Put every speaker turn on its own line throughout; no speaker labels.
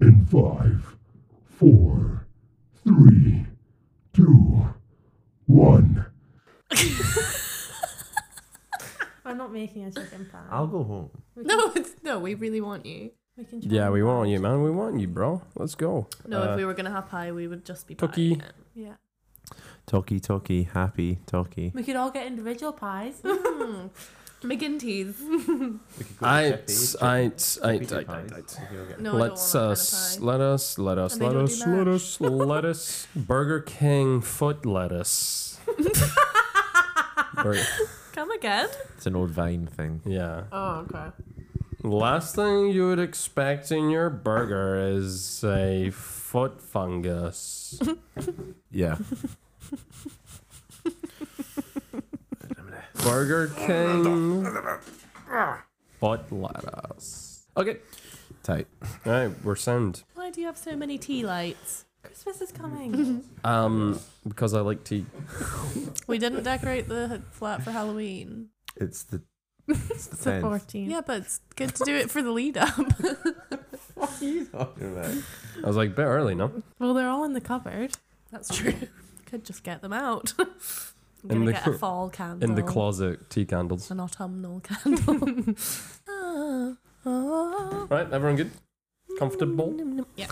In five, four, three, two, one.
I'm not making a chicken pie.
I'll go home.
We can,
No, it's, no, we really want you.
we can try
Yeah,
and
we
buy
want you,
it.
man. We want you, bro. Let's go.
No,
Uh,
if we were gonna have pie, we would just be
Tucky.
buying it. Yeah.
Talkie, talkie, happy, talkie.
We could all get individual pies.
Mm. McGinty's.
We could go to
I,
Sheffy's,
I, I,
Sheffy's
I,
pies.
I,
We could go get-
No,
Let's uh,
I don't want that kind of
us,
pie.
let us, let us,
And they
let
don't
us,
do
let
that.
us, let us. Burger King foot lettuce. Burger-
Come again?
It's an old vine thing.
yeah.
Oh, okay.
Last thing you would expect in your burger is a foot fungus.
Yeah.
Burger King foot lettuce. Okay.
Tight.
All right, we're sound.
Why do you have so many tea lights?
Christmas is coming.
Um, because I like tea.
We didn't decorate the flat for Halloween.
It's the. It's the
It's the
tenth.
14th.
Yeah, but it's good to do it for the lead up.
Talking about.
I was like, bit early, no?
Well, they're all in the cupboard.
That's true. Could just get them out. I'm
In
gonna
the
get
cl-
a fall candle.
In the closet, tea candles.
An autumnal candle. Ah, ah.
Right, everyone good? Comfortable?
Mm,
Yeah.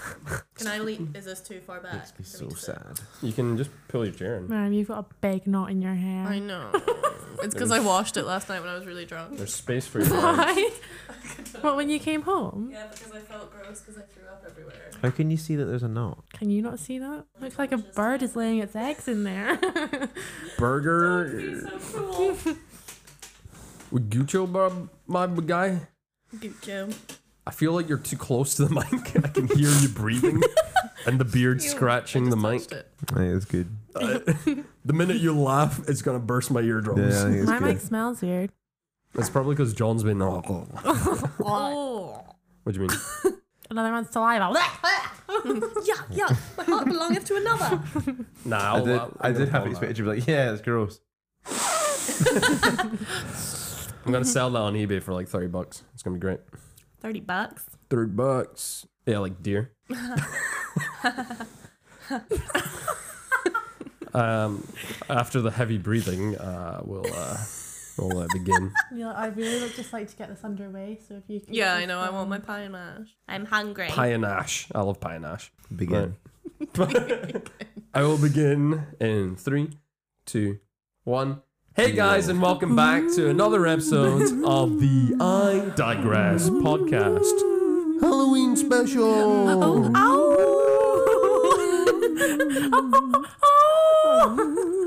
Can I leap? Is this too far back?
Makes me so sad.
You can just pull your chair in.
Miriam, you've got a big knot in your hair.
I know. It's because I washed it last night when I was really drunk.
There's space for your arms.
Why? what, when you came home?
Yeah, because I felt gross because I threw up everywhere.
How can you see that there's a knot?
Can you not see that? Looks like a bird is laying its eggs in there.
Burger. Would Gucho, bub- my b- guy?
Good Jim.
I feel like you're too close to the mic. I can hear you breathing and the beard
Ew,
scratching the mic.
Touched it.
Hey, it's good.
The minute you laugh, it's gonna burst my eardrums.
Yeah, I think it's
My
good.
mic smells weird.
That's probably because John's been. Oh, oh.
Oh.
What do you mean?
Another one's saliva.
yuck, yuck. My heart belongeth to another.
Nah,
I
I'll-
did.
I'll-
I
I'm
did
gonna
have
call that.
expected you to be like, yeah, it's gross.
I'm gonna sell that on eBay for like thirty bucks. It's gonna be great.
30 bucks.
Thirty bucks. Yeah, like deer. um, after the heavy breathing, uh, we'll uh, we'll uh, begin.
Yeah, I really would just like to get this underway. So if you can
Yeah,
just,
I know. I want my
um,
pie and mash. I'm hungry.
Pie and ash. I love pie and ash.
Begin.
Right. I will begin in three, two, one. Hey guys, and welcome back to another episode of the I Digress podcast. Halloween special.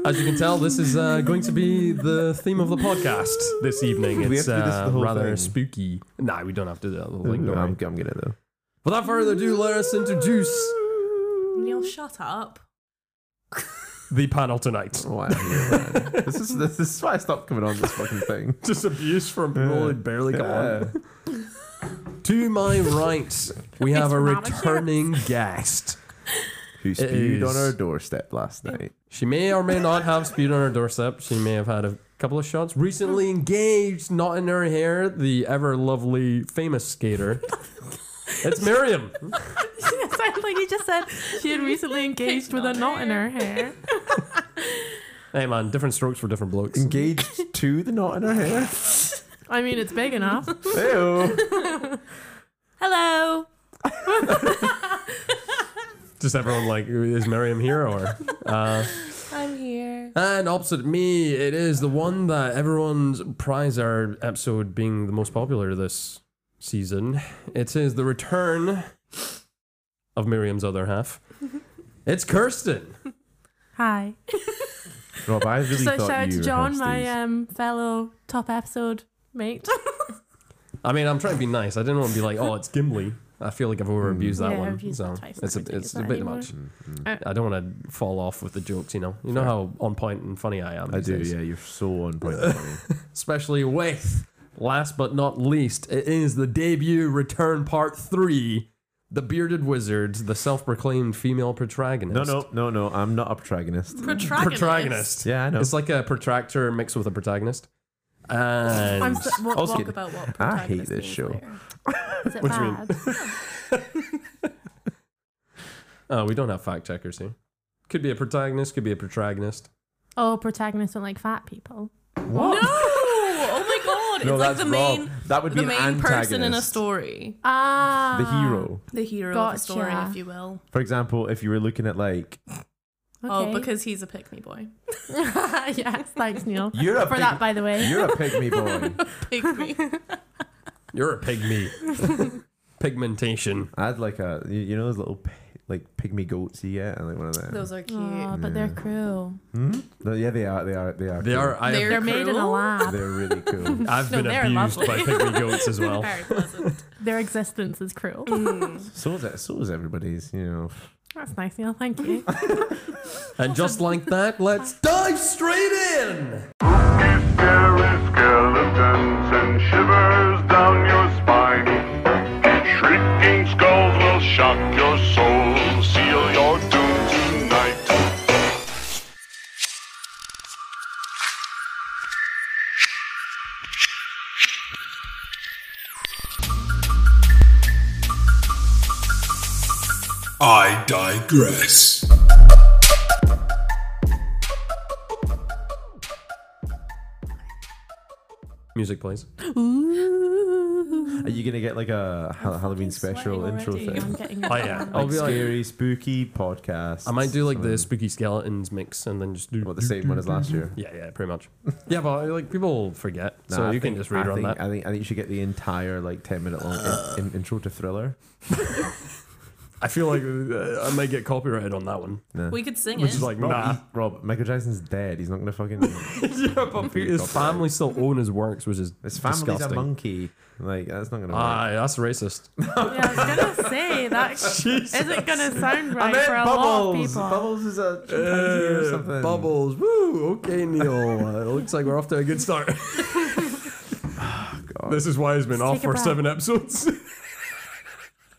As you can tell, this is uh, going to be the theme of the podcast this evening.
Do we
It's
have to do this
uh,
the whole
rather
thing?
spooky. Nah, we don't have to do that. whole
Ooh,
thing, don't
I'm,
worry.
I'm gonna though.
Without further ado, let us introduce
Neil, shut up.
the panel tonight.
Why are you here, man? this is this is why I stopped coming on this fucking thing.
Just abuse from people who barely come on.
Yeah.
To my right, we have a
Robin
returning guest.
Who spewed on
is-
our doorstep last night?
She may or may not have speed on her doorstep. She may have had a couple of shots. Recently engaged, not in her hair, the ever lovely famous skater. It's Miriam.
it sounds like you just said she had recently engaged with a knot in her hair.
Hey man, different strokes for different blokes.
Engaged to the knot in her hair.
I mean, it's big enough.
Ew. Mm-hmm.
Hello.
Just everyone like, is Miriam here or? Uh,
I'm here.
and opposite me, it is the one that everyone's prize our episode being the most popular this season. It is the return of Miriam's other half. It's Kirsten.
Hi.
Rob, I really
so
thought
shout out
you
to John,
rehearsed
my
these.
um, fellow top episode mate.
I mean, I'm trying to be nice. I didn't want to be like, oh, it's Gimli. I feel like I've over abused that
Yeah, I've
one.
used
So
that twice.
it's a,
I don't
it's
use
a
that
bit
anymore.
much.
Mm, mm.
I don't want to fall off with the jokes, you know. You know
Fair.
how on point and funny I am.
I
these
do.
days.
Yeah, you're so on point. Tommy.
Especially with, last but not least, it is the debut return part three. The bearded wizard, the self-proclaimed female
no,
protagonist.
no, no, no. I'm not a protagonist.
Protagonist.
protagonist.
Yeah, I know.
It's like a protractor mixed with a protagonist. And
I'm so, what,
Also-
what,
Talk about what
I hate
protagonist
this
means
show.
later.
is it
What do you mean?
bad?
Oh, we don't have fact checkers here. Could be a protagonist, could be a protagonist.
Oh, protagonists don't like fat people.
No! Oh my god!
No,
it's like
that's
the
wrong.
main,
That would
the
be an
main person in a
antagonist.
story,
Ah,
The hero.
the hero of the story,
Gotcha.
if you will.
For example, if you were looking at like
Oh,
Okay.
because he's a pick me boy.
yes, thanks, Neil.
you're a
For
pig,
that, by the way.
you're a pygmy boy.
Pick me.
You're a pygmy. Pigmentation.
I had like a you you know those little pi- like pygmy goats you get and like one of them.
Those are cute.
Aw, but they're cruel.
Hmm? No, yeah, they are. They are. They are.
They
cool.
are. I
They're-
have,
They're made in a
cruel?
lab.
They're really cool.
I've
No,
been
they're
abused by
lovely.
pygmy goats as well.
Very pleasant.
Their existence is cruel.
Mm.
So is that. So is everybody's. You know.
That's nice, Neil. Thank you.
And just like that, let's dive straight in.
Spooky, scary skeletons and shivers down your spine. Shrieking skulls will shock your soul, seal your doom tonight.
I digress.
Music, please.
Ooh.
Are you gonna get like a ha- Halloween special intro
I'm
thing?
getting it.
Oh yeah.
Like
I'll be like,
scary, spooky podcast.
I might do like the
this.
spooky skeletons mix and then just do
What the same one as last year.
Yeah, yeah, pretty much. Yeah, but like people forget, so
Nah, I
you
think-
can just rerun
I think,
that.
I think I think you should get the entire like ten minute long in, in- intro to Thriller.
I feel like uh, I might get copyrighted on that one,
We could sing
which
it.
is like
Rob,
nah.
he- Rob, Michael Jackson's dead. He's not gonna fucking.
yeah, but his family still own his works, which is
His family's
disgusting.
a monkey. Like that's not gonna. work.
Ah, that's racist.
Oh. Yeah, I was gonna say that isn't gonna sound right for a lot of
Bubbles.
people.
Bubbles is a chimpanzee or something.
Uh, bubbles. Woo. Okay, Neil. Uh, it looks like we're off to a good start.
Ah,
This is why he's been
Let's
off
take a
for
breath.
seven episodes.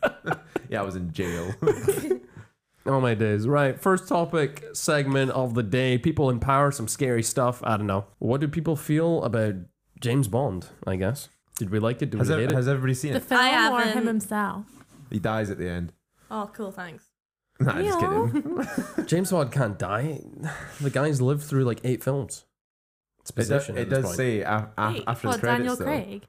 Yeah, I was in jail.
Oh my days. Right. First topic segment of the day. People in power, some scary stuff. I don't know. What do people feel about James Bond, I guess? Did we like it? Did
has,
we
ev-
hate it?
has everybody seen
The
it?
film
I
or him
haven't.
himself.
He dies at the end.
oh, cool. Thanks.
Nah, just
Yeah.
kidding.
James Bond can't die. The guy's lived through like eight films. It's
It, does-
position.
it
at this
does
point.
say af- af-
Wait,
after the
What,
credits
Daniel
though.
Craig?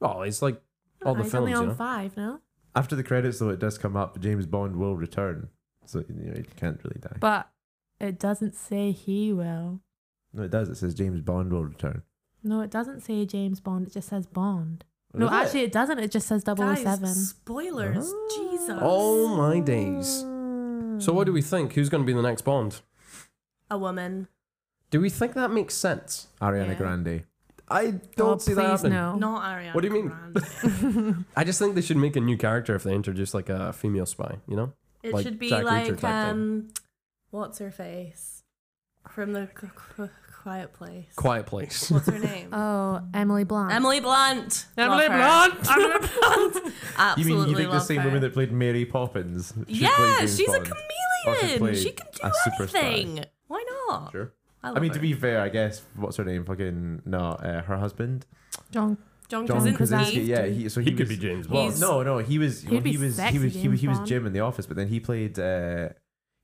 Oh, it's like all the
he's
films,
only on
you know.
five, no?
After the credits though, it does come up. James Bond will return, so you know, he can't really die.
But it doesn't say he will.
No, it does. It says James Bond will return.
No, it doesn't say James Bond. It just says Bond. no,
Does it?
actually, it? doesn't. It just says 007.
Guys, spoilers. Jesus.
Oh my days.
Oh,
So what do we think? Who's going to be the next Bond?
A woman.
Do we think that makes sense?
Ariana
Yeah.
Grande.
I
Oh,
don't see that
please
happening.
no.
Not Ariana.
Oh. What do you mean?
Grande.
I just think they should make a new character if they introduce like a female spy, you know?
It
Like
should be
Jack Reacher type
like
thing.
um, what's her face from the c- c- Quiet Place.
Quiet place.
What's her name?
Oh, Emily Blunt.
Emily Blunt.
Emily
Love her. Emily Blunt.
You
Absolutely
mean you think the
love
same
her.
woman that played Mary Poppins? should play
Yeah,
James
she's
Bond?
a
Or should play
chameleon. She can do
a superstar.
anything. Why not?
Sure.
Oh, I, love
I mean, to
her.
be fair, I guess what's her name? Fucking no, uh, her husband,
John.
John,
John
Krasinski.
Krasinski. Yeah, he, so he,
He could
was-
be James
Well,
He's-
no, no, he was. Well,
be
he was. He
sexy
was. He
James
was. He was
Bond.
Jim in The Office, but then he played. Uh,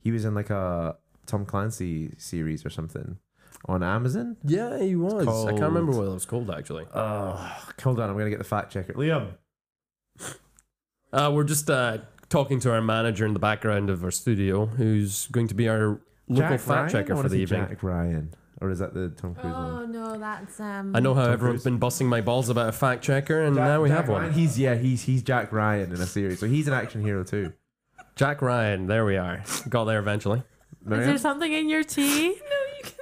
he was in like a Tom Clancy series or something on Amazon.
Yeah, he was. I can't remember
called-
what it was called actually.
Oh, hold on, I'm gonna get the fact checker. Liam,
Uh, we're just uh, talking to our manager in the background of our studio, who's going to be our local
Jack
fact
Ryan? I
checker
wanna
for the
see
evening.
Jack Ryan, or is that the Tom Cruise
Oh,
one?
Oh,
no, that's um.
I know how
Tom
everyone's
Cruise.
been busting my balls about a fact checker, and
Jack-
now we
Jack
have one.
Ryan, He's yeah, he's he's Jack Ryan in a series, so he's an action hero too.
Jack Ryan, there we are. Got there eventually.
Is there
Miriam?
something in your tea?
No, you can,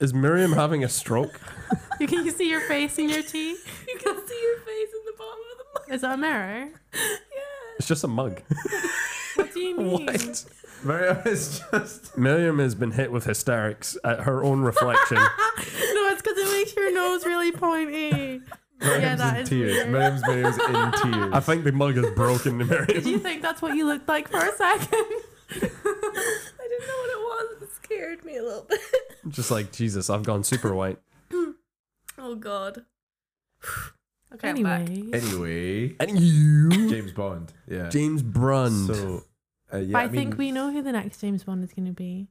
Is Miriam having a stroke?
you can you see your face in your tea?
you can see your face in the bottom of the mic.
Is that a mirror?
Yeah.
It's just a mug.
What do you mean?
what?
Miriam is just
Miriam has been hit with hysterics at her own reflection.
No, it's because it makes your nose really pointy.
Miriam's
that
in
is
tears.
weird.
Miriam's Miriam's in tears.
I think the mug is broken,
Do
Miriam.
you think that's what you looked like for a second?
I didn't know what it was. It scared me a little bit.
Just like Jesus, I've gone super white.
Oh god. okay,
Eh,
I'm back.
Anyway,
anyway,
And you,
James Bond. Yeah.
James Brund.
So Uh, yeah,
but I,
I
think
mean-
we know who the next James Bond is going to be.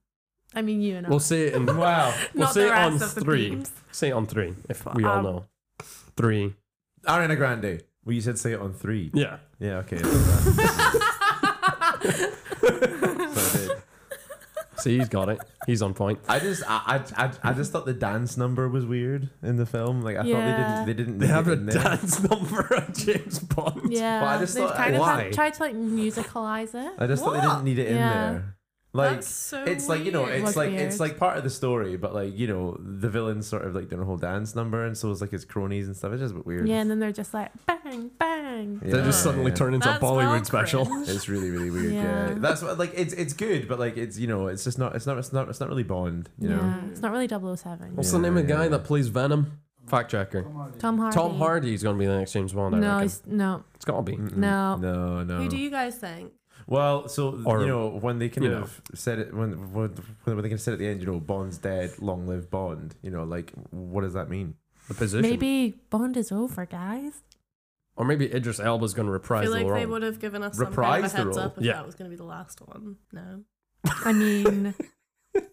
I mean, you and I.
We'll say it in wow. We'll
Not
say
the
it on
rest of the
three.
teams.
Say it on three if
But,
we all
um,
know. Three.
Ariana Grande. Well, you said say it on three.
Yeah.
Yeah, okay. so I did.
See, he's got it. He's on point.
I just, I, I, I, I just thought the dance number was weird in the film. Like, I
Yeah.
thought they didn't, they didn't.
They have
it
a
in there.
dance number on James Bond.
yeah,
But I just
they've
thought-
kind of
why?
had, tried to like musicalize it.
I just thought they
What?
didn't need it in
Yeah.
there. Like,
That's so
it's like you know,
weird.
it's
Was
like
weird.
it's like part of the story, but like you know, the villain's sort of like doing a whole dance number, and so is like his cronies and stuff. It's just a bit weird.
Yeah, and then they're just like bang, bang.
They just suddenly
yeah.
turn into
That's
a Bollywood
well
special.
cringe.
It's really, really weird. Yeah.
Yeah.
that's what like it's it's good, but like it's you know, it's just not it's not it's not it's not really Bond. You know,
Yeah, it's not really 007.
What's the name of the
Yeah,
guy
yeah.
that plays Venom? Fact checker.
Tom Hardy.
Tom Hardy's going to be the next James Bond. I
No,
reckon.
he's, no,
it's got to be.
no.
no, no.
Who do you guys think?
Well, so
Or-
you know when they kind
you
of said it when when when they said at the end, you know, Bond's dead, long live Bond. You know, like what does that mean?
The position.
Maybe Bond is over, guys.
Or maybe Idris Elba's going to
I
reprise
feel like
the role.
they would have given us
Reprise the
some kind of a heads
role.
up if
Yeah.
that was going to be the last one. No.
I mean,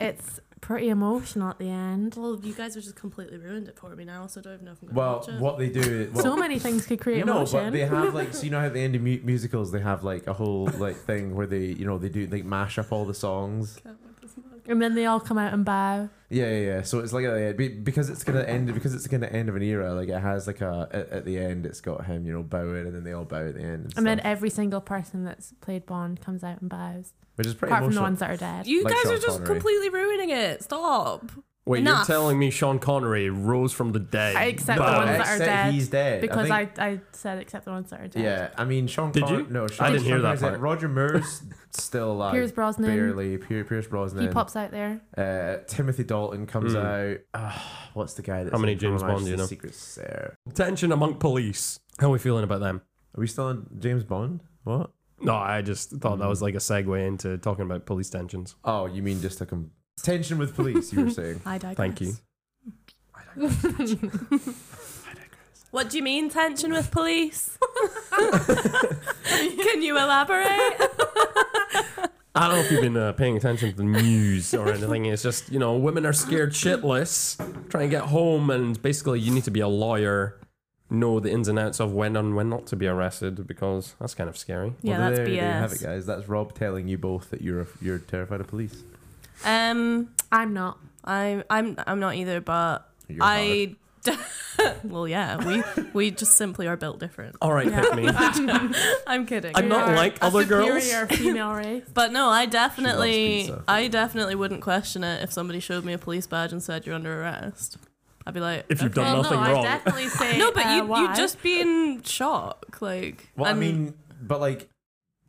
it's pretty emotional at the end.
Well, you guys have just completely ruined it for me now, so I don't know if I'm going to
Well,
watch it.
what they do, is- well,
so many things could create
you know,
emotion.
but they have like so you know how at the end of mu- musicals they have like a whole like thing where they you know they do they mash up all the songs.
Can't make this mug.
and then they all come out and bow.
Yeah, yeah, yeah. So it's like uh, be- because it's gonna end because it's gonna end of an era. Like it has like a at, at the end it's got him you know bowing and then they all bow at the end. And,
And then
stuff,
every single person that's played Bond comes out and bows.
which is pretty
Apart from the
emotional.
ones that are dead.
You
Like
guys
Sean
are just
Connery.
completely ruining it. Stop.
Wait, you're
Enough.
telling me Sean Connery rose from the dead?
I accept
Bow.
the ones that
Except
are dead.
he's dead. I
Because
think-
I, I, said except the ones that are dead.
Yeah, I mean Sean.
Did
Con-
you?
No, Sean,
didn't hear
Sean
that
Connery's dead.
part.
Roger Moore's still alive.
Piers Brosnan.
barely. Pier- Pierce Brosnan.
He pops out there.
Uh, Timothy Dalton comes
Mm.
out. Ah, what's the guy? That's
How many
in from
James
My
Bond do you
Majesty's
know?
Secret Service?
Tension among police. How are we feeling about them?
Are we still on James Bond? What?
No, I just thought
Mm.
that was like a segue into talking about police tensions.
Oh, you mean just a com- tension with police? You were saying.
I digress.
Thank you.
What do you mean tension with police? Can you elaborate?
I don't know if you've been uh, paying attention to the news or anything. It's just, you know, women are scared shitless, try and get home, and basically you need to be a lawyer, know the ins and outs of when and when not to be arrested because that's kind of scary.
yeah,
Well,
that's
there,
BS.
There you have it, guys. That's Rob telling you both that you're you're terrified of police.
Um,
I'm not.
I'm I'm I'm not either, but
You're
I. well, yeah, we we just simply are built different.
All right, pick me.
I'm kidding.
I'm not
You're
like
a
other girls.
superior female race.
But no, I
She
definitely,
loves pizza.
I definitely wouldn't question it if somebody showed me a police badge and said you're under arrest. I'd be like,
If you've
"Okay."
done nothing wrong.
definitely say.
no, but
uh,
you
why.
you just be in shock. Like,
Well, I
and
mean, but like,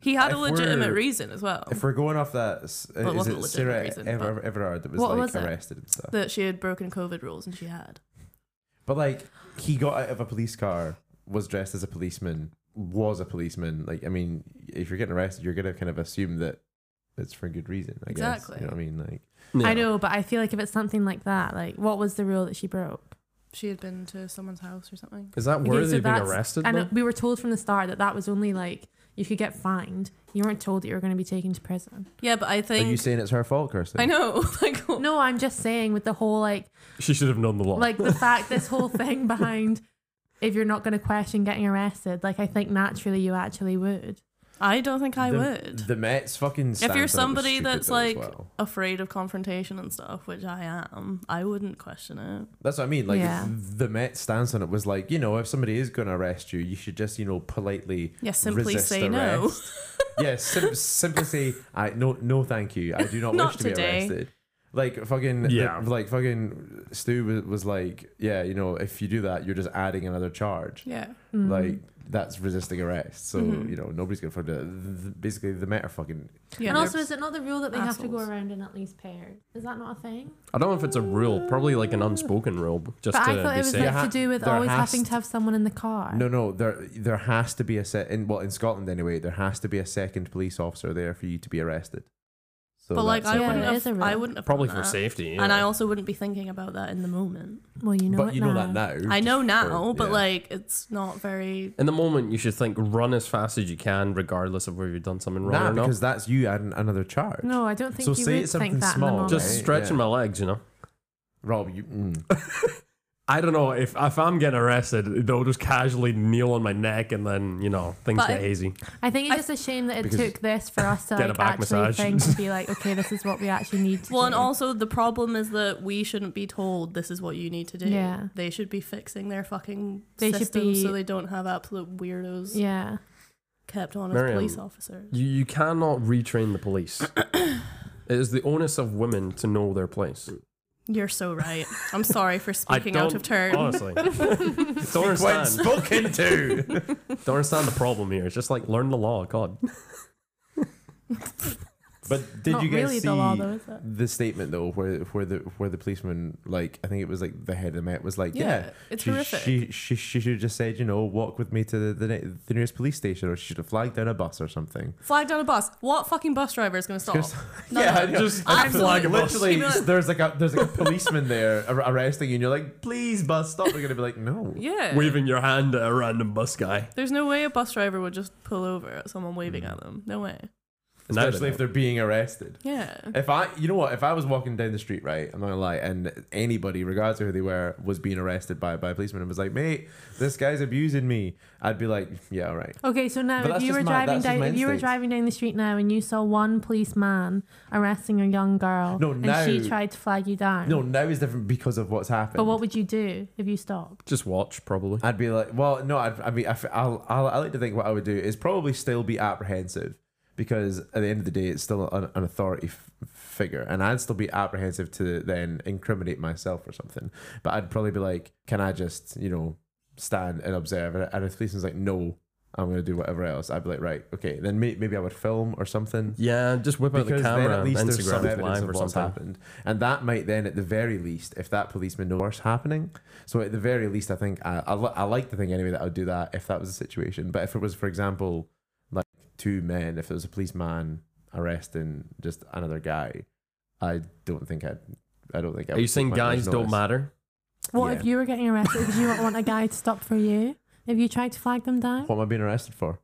he had a
if
legitimate
we're-
reason as well
if we're going off that, is
it wasn't
it
legitimate
Sarah
reason,
Ever-
but-
Everard that was
What
like
was it?
arrested and stuff?
that she had broken COVID rules, and she had.
But like he got out of a police car, was dressed as a policeman, was a policeman. Like I mean, if you're getting arrested, you're gonna kind of assume that it's for a good reason. I
Exactly.
guess you know what I mean. Like
Yeah.
I know, but I feel like if it's something like that, like what was the rule that she broke?
She had been to someone's house or something.
Is that
Okay,
worthy
so
of being
that's-
arrested?
And
though?
we were told from the start that that was only like you could get fined. You weren't told that you were going to be taken to prison.
Yeah, but I
are
think
you saying it's her fault, Kirsten?
I know. Like,
No, I'm just saying with the whole like
she should have known the law.
like the fact this whole thing behind if you're not going to question getting arrested, like I think naturally you actually would.
I don't think I
the,
would.
The Mets fucking.
if
stance on it
you're
was
somebody
stupid
that's
though as
like
well.
afraid of confrontation and stuff, which I am, I wouldn't question it.
that's what I mean. Like
Yeah.
the Mets stance on it was like, you know, if somebody is gonna arrest you, you should just you know politely.
Yeah, simply
resist
say no.
arrest. yeah, sim- simply say I no no thank you. I do not,
Not
wish to
today.
be arrested. Like fucking yeah.
Yeah.
like fucking Stu was, was like, yeah, you know, if you do that, you're just adding another charge.
Yeah.
Mm.
Like that's resisting arrest. So,
Mm-hmm.
you know, nobody's going to do that. Th- Basically, the Met are fucking
Yeah.
and also, is it not the rule that they have to go
assholes.
around in at least pairs? Is that not a thing?
I don't know if it's a rule, probably like an unspoken rule, just
But I
to
thought
be
it was
safe.
like
ha-
to do with
there
always
has
having
to-
to have someone in the car.
No, no, there there has to be a set in well in Scotland anyway, there has to be a second police officer there for you to be arrested. So
but like,
that's
I
it.
Yeah,
wouldn't,
it is a
have,
risk.
I wouldn't have done
Uh,
Probably for
that.
safety.
And
yeah.
I also wouldn't be thinking about that in the moment.
Well, you know
but
it
you know that now.
I know
just
now,
for-
but
yeah.
like, it's not very.
In the moment, you should think run as fast as you can, regardless of where you've done something wrong
nah,
or not.
because that's you adding another charge.
No, I don't think
So
you
say
would
it's something
think that
small,
in the moment.
Just
Right,
stretching
yeah.
my legs, you know.
Rob, you mm.
I don't know if if I'm getting arrested, they'll just casually kneel on my neck, and then you know things
But
get
I-
hazy.
I think it's just a shame that it
Because-
took this for us to
Get a
like
back
actually
massage.
think to be like, okay, this is what we actually need. To
Well, and
do.
also the problem is that we shouldn't be told this is what you need to do.
Yeah.
They should be fixing their fucking
They should
system
be-
so they don't have absolute weirdos
yeah,
kept on as
Miriam.
police officers.
You you cannot retrain the police. it is the onus of women to know their place.
You're so right. I'm sorry for speaking out of turn.
Honestly, don't
when
understand.
spoken to.
Don't understand the problem here. It's just like learn the law. God,
but did
not
you guys
really
see
the law though, is it?
the statement though, where where the where the policeman, like I think it was like the head of the Met, was like,
Yeah,
yeah,
it's
she,
horrific.
She she she should have just said, you know, walk with me to the the, ne- the nearest police station, or she should have flagged down a bus or something.
Flagged on a bus. What fucking bus driver is going to stop?
Just-
No,
yeah,
no.
just
I'm flag a bus.
literally,
Keep it-
there's like a there's like a policeman there ar- arresting you, and you're like, please, bus stop. They're gonna be like, no.
Yeah.
waving your hand at a random bus guy.
There's no way a bus driver would just pull over at someone waving
Mm.
at them. No way.
Now they
especially if
don't.
they're being arrested.
Yeah.
If I, you know what, if I was walking down the street, right, I'm not gonna lie, and anybody, regardless of who they were, was being arrested by, by a policeman and was like, mate, this guy's abusing me, I'd be like, yeah, all right.
Okay, so now
But
if
that's
you were
just my-
driving
that's just
down,
my
if you were
instinct.
driving down the street now and you saw one policeman arresting a young girl,
No,
and
now-
she tried to flag you down,
No, now is different because of what's happened.
but what would you do if you stopped?
Just watch, probably.
I'd be like, well, no, I'd, I mean, I, f- I'll, I'll, I like to think what I would do is probably still be apprehensive because at the end of the day, it's still an, an authority f- figure, and I'd still be apprehensive to then incriminate myself or something. But I'd probably be like, can I just, you know, stand and observe? And, and if the policeman's like, no, I'm going to do whatever else, I'd be like, right, okay, then may- maybe I would film or something.
Yeah, just whip out the
Because then
camera,
at least there's some
Instagram
evidence
live
of
or
what's
something.
happened. And that might then, at the very least, if that policeman knows what's happening. So at the very least, I think I, I, li- I like to think anyway that I would do that if that was the situation. But if it was, for example, like two men, if it was a policeman arresting just another guy, I don't think I'd. I don't think I
Are
would
you
take
saying
my
guys
personal notice.
don't matter?
What
Yeah.
if you were getting arrested? Would you not want a guy to stop for you if you tried to flag them down?
What am I being arrested for?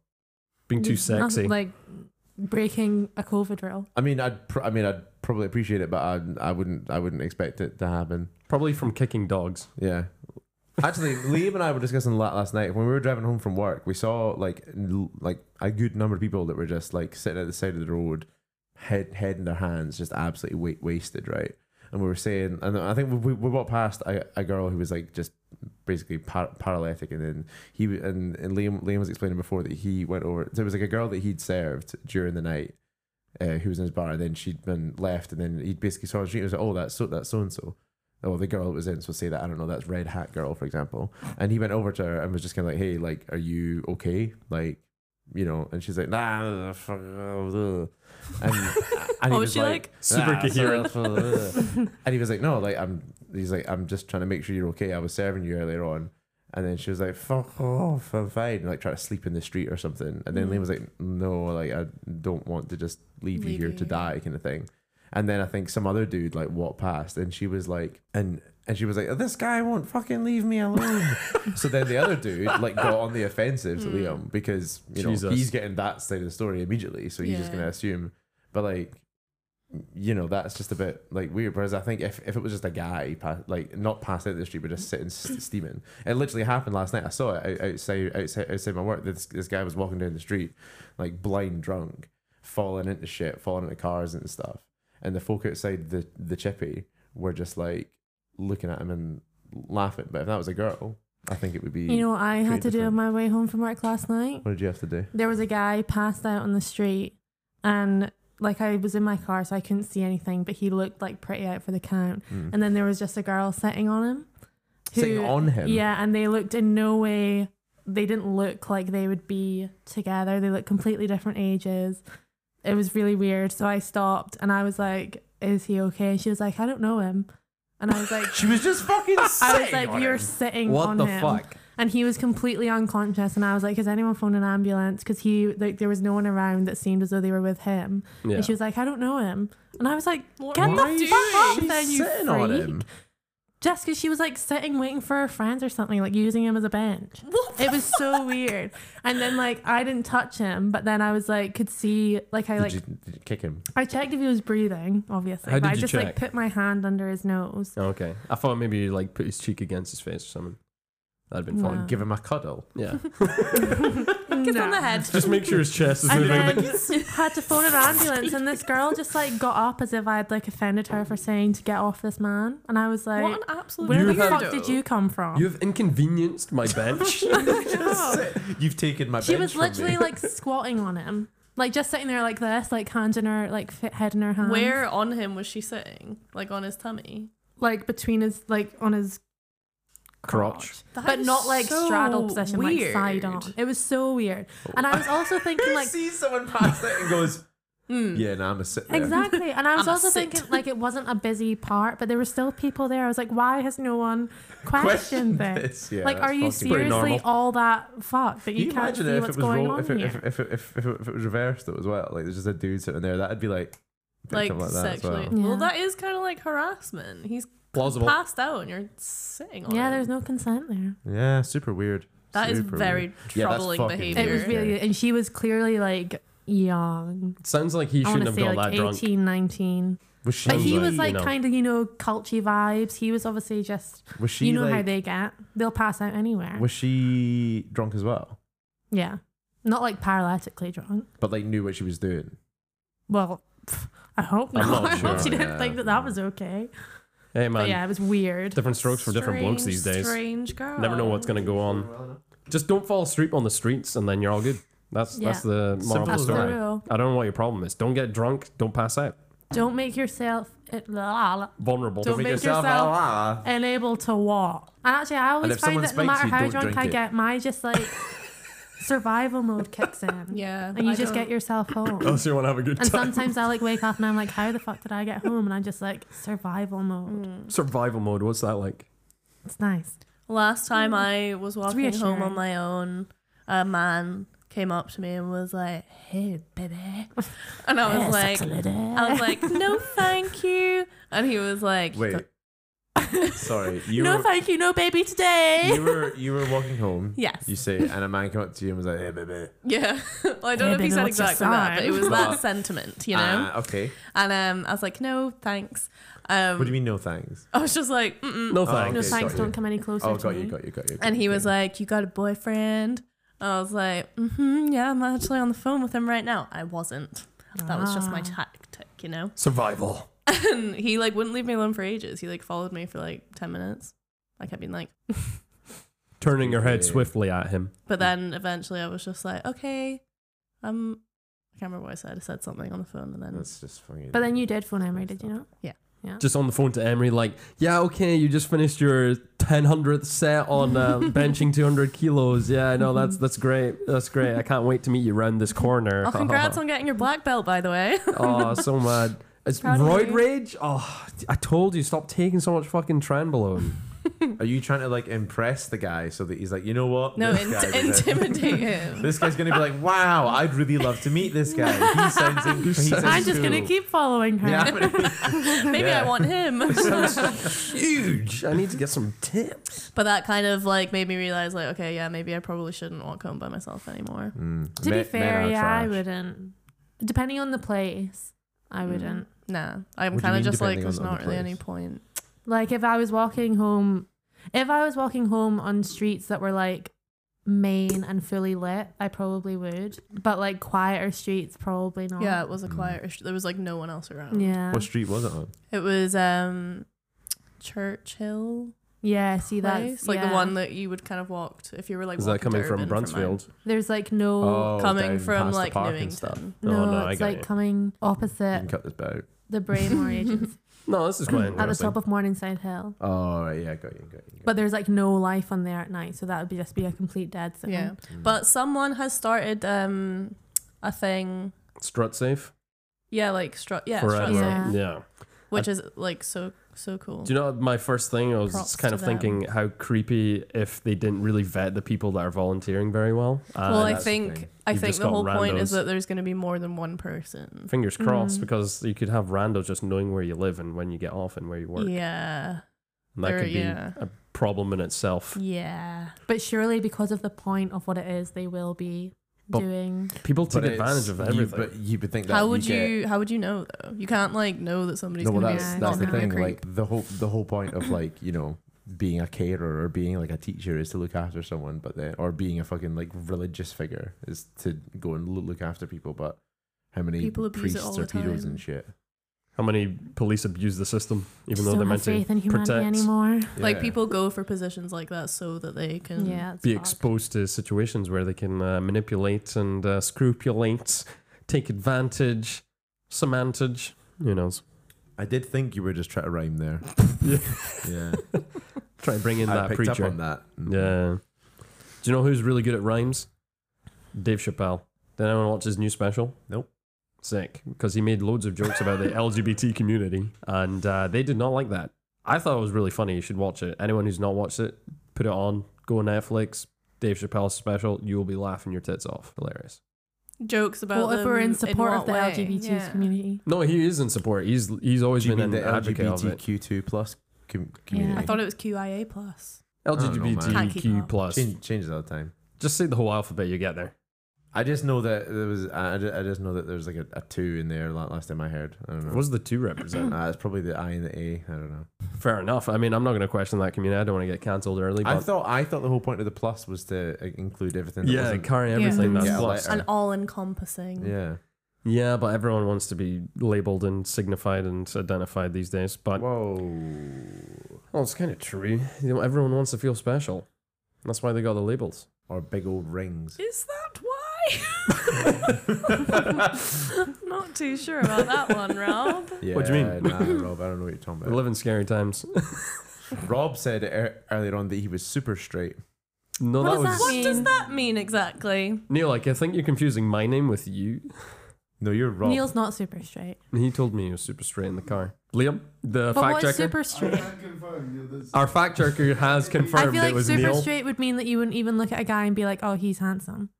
Being too
Just nothing-
sexy.
like breaking a COVID rule.
I mean, I'd. Pr- I mean, I'd probably appreciate it, but I, I wouldn't. I wouldn't expect it to happen.
Probably from kicking dogs.
Yeah. Actually, Liam and I were discussing that last night when we were driving home from work. We saw like l- like a good number of people that were just like sitting at the side of the road, head head in their hands, just absolutely wa- wasted, right? And we were saying, and I think we, we, we walked past a, a girl who was like just basically par- paralytic, and then he w- and, and Liam Liam was explaining before that he went over. So it was like a girl that he'd served during the night, uh, who was in his bar, and then she'd been left, and then he basically saw her. She was like, "Oh, that's so that's so and so." Oh, the girl that was in, so say that I don't know, that's red hat girl, for example. And he went over to her and was just kind of like, "Hey, like, are you okay? Like, you know?" And she's like, "Nah." uh, fuck, uh, uh." And, and he
Oh,
was
she like-
Super coherent.
so- and he was like, "No, like, I'm." He's like, "I'm just trying to make sure you're okay. I was serving you earlier on." And then she was like, "Fuck off, I'm fine." And like, try to sleep in the street or something. And then Liam was like, "No, like, I don't want to just leave you
Leave
here
you
to
here.
die," kind of thing. And then I think some other dude like walked past, and she was like, and and she was like, "This guy won't fucking leave me alone." so then the other dude like got on the offensive to Liam because you know
Jesus.
he's getting that side of the story immediately, so he's just
Yeah.
gonna assume. But like, you know, that's just a bit like weird. Whereas I think if, if it was just a guy, pa- like not passed out the street, but just sitting s- steaming, it literally happened last night. I saw it out- outside outside, outside my work. This this guy was walking down the street, like blind drunk, falling into shit, falling into cars and stuff. And the folk outside the the chippy were just like looking at him and laughing. But if that was a girl, I think it would be.
You know what I had to
Pretty
do on
different.
my way home from work last night?
what did you have to do?
there was a guy passed out on the street and like I was in my car so I couldn't see anything but he looked like pretty out for the count and then there was just a girl sitting on him
Hmm. Sitting on him?
yeah and they looked in no way they didn't look like they would be together they looked completely different ages it was really weird so I stopped and I was like is he okay and she was like I don't know him and I was like
She was just fucking.
I was like you're sitting
What
on
the
him
fuck?
and he was completely unconscious. And I was like, "Has anyone phoned an ambulance?" Because he like there was no one around that seemed as though they were with him.
Yeah.
And she was like, "I don't know him." And I was like,
What
"Get
are
the
you
fuck up,
doing?
then you
Sitting on
freak!"
him.
Just because she was like sitting waiting for her friends or something, like using him as a bench.
What
It was so weird. And then like I didn't touch him, but then I was like could see like I
Did,
like
you, did you kick him?
I checked if he was breathing, obviously.
How
but
did
I
you
just
check?
like put my hand under his nose.
Oh.
Okay. I thought maybe you like put his cheek against his face or something. That'd been fun.
No.
Give him a cuddle.
Yeah.
Kiss
No.
on the head.
Just make sure his chest is
And
moving.
then had to phone an ambulance and this girl just like got up as if I'd like offended her for saying to get off this man. And I was like
What an absolute
Where the
You have-
fuck did you come from?
You've inconvenienced my bench.
Oh
You've taken my.
she
bench
was
from me.
literally like squatting on him. Like just sitting there like this, like hand in her like fit head in her hand.
Where on him was she sitting? Like on his tummy?
like between his like on his
Crotch.
That
but
is
not like
so
straddle position,
weird.
like side on. It was so weird. And I was also thinking like
sees someone pass it and goes,
Hmm.
"Yeah, nah, I'm a sit there."
exactly. And I was
I'ma
also
sit.
thinking like it wasn't a busy part, but there were still people there. I was like, why has no one questioned
Questioned
this?
this, yeah,
like,
that's
are you
fucking weird.
Pretty
seriously
normal.
all that fucked that
Can
you,
you
can't
imagine
see
if
what's
it was
going
ro-
on
if, it,
here?
if, if, if, if, if, it was reversed though as well? Like there's just a dude sitting there. That'd be like, picked
like,
up like that as
sexually.
well.
well.
Well,
Yeah.
that is kind of like harassment. He's
Plausible.
passed out and you're sitting on
yeah,
him.
there's no consent there.
Yeah, super weird.
That is
Super
very
weird. Yeah, that's
troubling
fucking
behavior.
It was
Yeah.
really, and she was clearly like young.
Sounds like he
I
shouldn't
want to
have
say
got
like
that drunk.
18, 19.
Was she?
But he
like,
was
you
like
know.
kind of, you know, culty vibes. He was obviously just,
was she?
you know
like,
how they get. They'll pass out anywhere.
Was she drunk as well?
yeah. Not like paralytically drunk.
But like knew what she was doing.
Well, pff, I hope
I'm
not.
not
I hope
sure,
she didn't
yeah.
think that that was okay.
Hey
But
man,
yeah, it was weird.
different strokes for different blokes these days.
Strange girl.
Never know what's gonna go on. Just don't fall asleep on the streets, and then you're all good. That's that's
Yeah.
the moral of
That's
the
Simple
the
story.
rule.
I don't know what your problem is. Don't get drunk. Don't pass out.
Don't make yourself it, la, la,
Vulnerable.
Don't make yourself- unable to walk. And actually, I always
if
find
someone
that no
spikes
matter
you,
how
don't
drunk
drink
I
it.
get, my just like survival mode kicks in.
Yeah, oh.
and you
I
just
don't-
get yourself
Oh,
home.
Unless you want to have a good
And
time.
sometimes I like wake up and I'm like, how the fuck did I get home? And I'm just like, survival mode.
Mm.
Survival mode. What's that like?
It's nice.
Last time I was walking
Mm. reassuring.
home on my own, a man came up to me and was like, "Hey, baby," and I was like, "I was like, no, thank you," and he was like,
Wait. Sorry, you
no,
were
thank you, no baby today.
you were you were walking home.
Yes.
You say, and a man came up to you and was like, "Hey, baby."
"Yeah." well, I don't know if
baby,
he said
what's your
exactly that, but it
sign?
was that
But-
sentiment, you know.
Ah, okay.
and um, I was like, "No, thanks." Um,
What do you mean, no thanks?
I was just like, Mm-mm.
No
Oh,
thanks.
no
okay,
thanks,
got
don't
you.
come any closer.
Oh,
to
got you,
me.
got you, got you. got
and
you,
he
got
was
you.
like, "You got a boyfriend?" I was like, "Mm-hmm, yeah, I'm actually on the phone with him right now." I wasn't. That was just my
Ah.
tactic, you know.
Survival.
And he like wouldn't leave me alone for ages. He like followed me for like ten minutes. I kept being like,
Turning your head
Yeah.
swiftly at him.
but then eventually I was just like, "Okay, um, I can't remember what I said. I said something on the phone, and then
That's just funny.
But then you did phone Emery, did you not?
Just on the phone to Emery, like, yeah, okay, you just finished your ten hundredth set on uh, benching two hundred kilos. Yeah, I know that's that's great. That's great. I can't wait to meet you round this corner.
oh, congrats on getting your black belt, by the way."
Oh, so mad. It's
Proud of
roid
you.
rage. Oh, I told you, stop taking so much fucking Trenbolone.
Are you trying to like impress the guy so that he's like, you know what?
no,
This
in-
guy was a-
intimidate him.
This guy's gonna be like, wow, I'd really love to meet this guy. He sounds. In- he sounds
I'm just gonna
cool."
keep following her.
Yeah, I'm gonna-
Maybe
Yeah.
I want him.
Huge. I need to get some tips.
But that kind of like made me realize, like, okay, yeah, maybe I probably shouldn't walk home by myself anymore.
To
Hmm. Men-
be
men
fair,
are
yeah, I
trash. Mm.
wouldn't. Depending on the place, I wouldn't.
Nah, I'm
What do you
kind
mean,
of just like,
depending
there's
on- on
not
the
really
place?
any point.
Like if I was walking home, if I was walking home on streets that were like main and fully lit, I probably would. But like quieter streets, probably not.
Yeah, it was a
Mm.
quiet. sh- There was like no one else around.
Yeah.
What street was it on?
It was um, Churchill
Yeah. See
place,
that's
like
yeah.
the one that you would kind of walked if you were like.
Is that
walking to
coming from
Urban mine.
Brunsfield?
There's like no.
Oh, down
coming from
past the
like
park and
Newington.
Oh,
No,
no, I
it's
get
like
it.
coming
You can
opposite
cut this out.
the Braymore Agency
No, this is quite
at the
interesting.
top of Morningside Hill.
Oh, right, yeah, got you, got you.
But there's like no life on there at night, so that would be just be a complete dead zone.
Yeah,
Hmm.
but someone has started um, a thing.
Strut safe
Yeah, like stru- yeah,
forever.
Strut Safe.
Yeah.
Yeah.
which is like so so cool.
Do you know what my first thing? I was
Props
kind
to
of
them.
thinking how creepy if they didn't really vet the people that are volunteering very well. And
well, I
Uh, that's the
think
thing.
I
You've
think
just
the
got
whole point is
randos.
that there's going to be more than one person.
fingers crossed
Mm.
because you could have randos just knowing where you live and when you get off and where you work.
Yeah,
and that
there-
could be
yeah.
a problem in itself.
yeah.
But surely, because of the point of what it is, they will be
But-
doing.
People take
But it's-
advantage of
you-
everything.
but you would think that
how would you,
get-
How would you know though? You can't like know that somebody's
No, well,
going to
that's
be.
Yeah,
a-
that's the
not gonna be a
thing.
creep.
Like the whole the whole point of like you know being a caterer or being like a teacher is to look after someone, but then or being a fucking like religious figure is to go and loo- look after people. But how many
People abuse it all
priests
the
or pedos
time.
and shit?
How many police abuse the system, even
Just
though
don't
they're
have
meant to
faith in humanity
protect-
anymore.
Like
Yeah.
people go for positions like that so that they can.
Yeah, it's
be
fucked.
exposed to situations where they can uh, manipulate and uh, scrupulate, take advantage, semantage. Who knows?
I did think you were just trying to rhyme there.
Yeah.
yeah,
Try and bring in
I
that
picked
preacher.
up on that.
Yeah. Do you know who's really good at rhymes? Dave Chappelle. Did anyone watch his new special?
Nope.
Sick, because he made loads of jokes about the LGBT community, and uh, they did not like that. I thought it was really funny. You should watch it. Anyone who's not watched it, put it on. Go on Netflix. Dave Chappelle's special. You will be laughing your tits off. Hilarious.
Jokes about.
Well, if we're
them
in support of
what
the
way?
LGBTs
Yeah.
community,
No, he is in support. He's he's always
Do you
been
mean
an
the
advocate of it.
LGBTQ two plus com- community?
I thought it was QIA plus.
don't know, man.
LGBTQ plus.
Change, changes all the time.
Just say the whole alphabet. You get there.
I just know that there was. I, I ju- I just know that there's like a, a two in there. la- Last time I heard, I don't know.
What does the two represent?
Uh, it's probably the I and the A. I don't know.
Fair enough. I mean, I'm not going to question that community. I don't want to get cancelled early. But
I thought I thought the whole point of the plus was to uh, include everything. That
yeah,
wasn't,
carry
Yeah.
everything that's
Yeah,
plus.
like-
An all-encompassing.
yeah.
Yeah, but everyone wants to be labeled and signified and identified these days. But well,
Whoa.
it's kind of true. You know, everyone wants to feel special. That's why they got the labels.
Or big old rings.
Is that why? Not too sure about that one, Rob.
Yeah,
What do you mean?
Nah, Rob, I don't know what you're talking
We
about.
live in scary times.
Rob said er- earlier on that he was super straight.
no,
What
that
does
was
that
What
mean?
does that mean exactly?
Neil. Like, I think you're confusing my name with you.
No, you're Rob.
Neil's not super straight.
He told me he was super straight in the car. Liam, the
But
fact
what's super
checker.
straight?
Our fact checker has
I
confirmed
feel
it
like
was
super
Neil.
straight would mean that you wouldn't even look at a guy and be like, "Oh, he's handsome."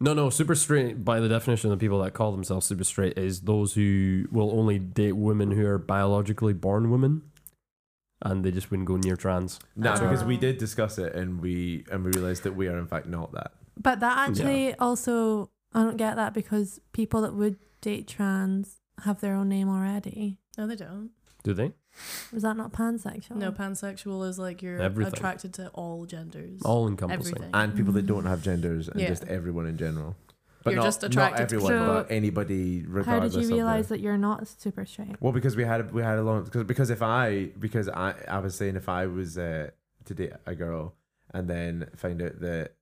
No, no, super straight by the definition of the people that call themselves super straight is those who will only date women who are biologically born women, and they just wouldn't go near trans.
Nah, because
Oh.
we did discuss it and we and we realized that we are in fact not that.
But that actually also, I don't get that because people that would date trans have their own name already.
No, they don't.
Do they?
Was that not pansexual?
Um,
No, pansexual is like you're
Everything.
attracted to all genders.
All encompassing.
everything.
And people that don't have genders and
Yeah.
just everyone in general. But
You're
not,
just
not
attracted to
everyone,
people.
but anybody regardless
How did
of
you
their-
realize that you're not super straight?
Well, because we had we had a long because because if I because I I was saying if I was uh, to date a girl and then find out that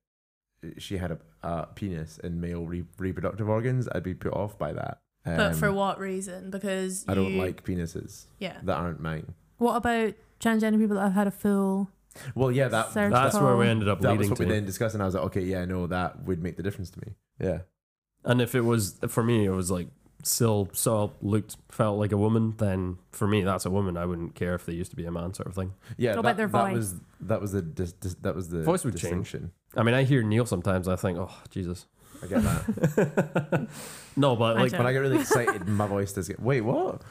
she had a, a penis and male re- reproductive organs, I'd be put off by that.
but for
Um,
what reason? Because
I don't
you-
like penises
Yeah.
that aren't mine.
What about transgender people that have had a full?
Well, yeah, that
Surgical.
That's where we ended up
that was
leading
what
to.
we then discussed, and I was like, okay, yeah, no, that would make the difference to me. Yeah,
And if it was for me, it was like still saw looked felt like a woman. Then for me, that's a woman. I wouldn't care if they used to be a man, sort of thing.
yeah.
What
That,
about their
that
voice?
was that was the dis, dis, that was the
Voice would change.
distinction.
I mean, I hear Neil sometimes. I think, oh Jesus.
I get that.
no, but
I
like,
don't.
when I get really excited, my voice does get. Wait, what?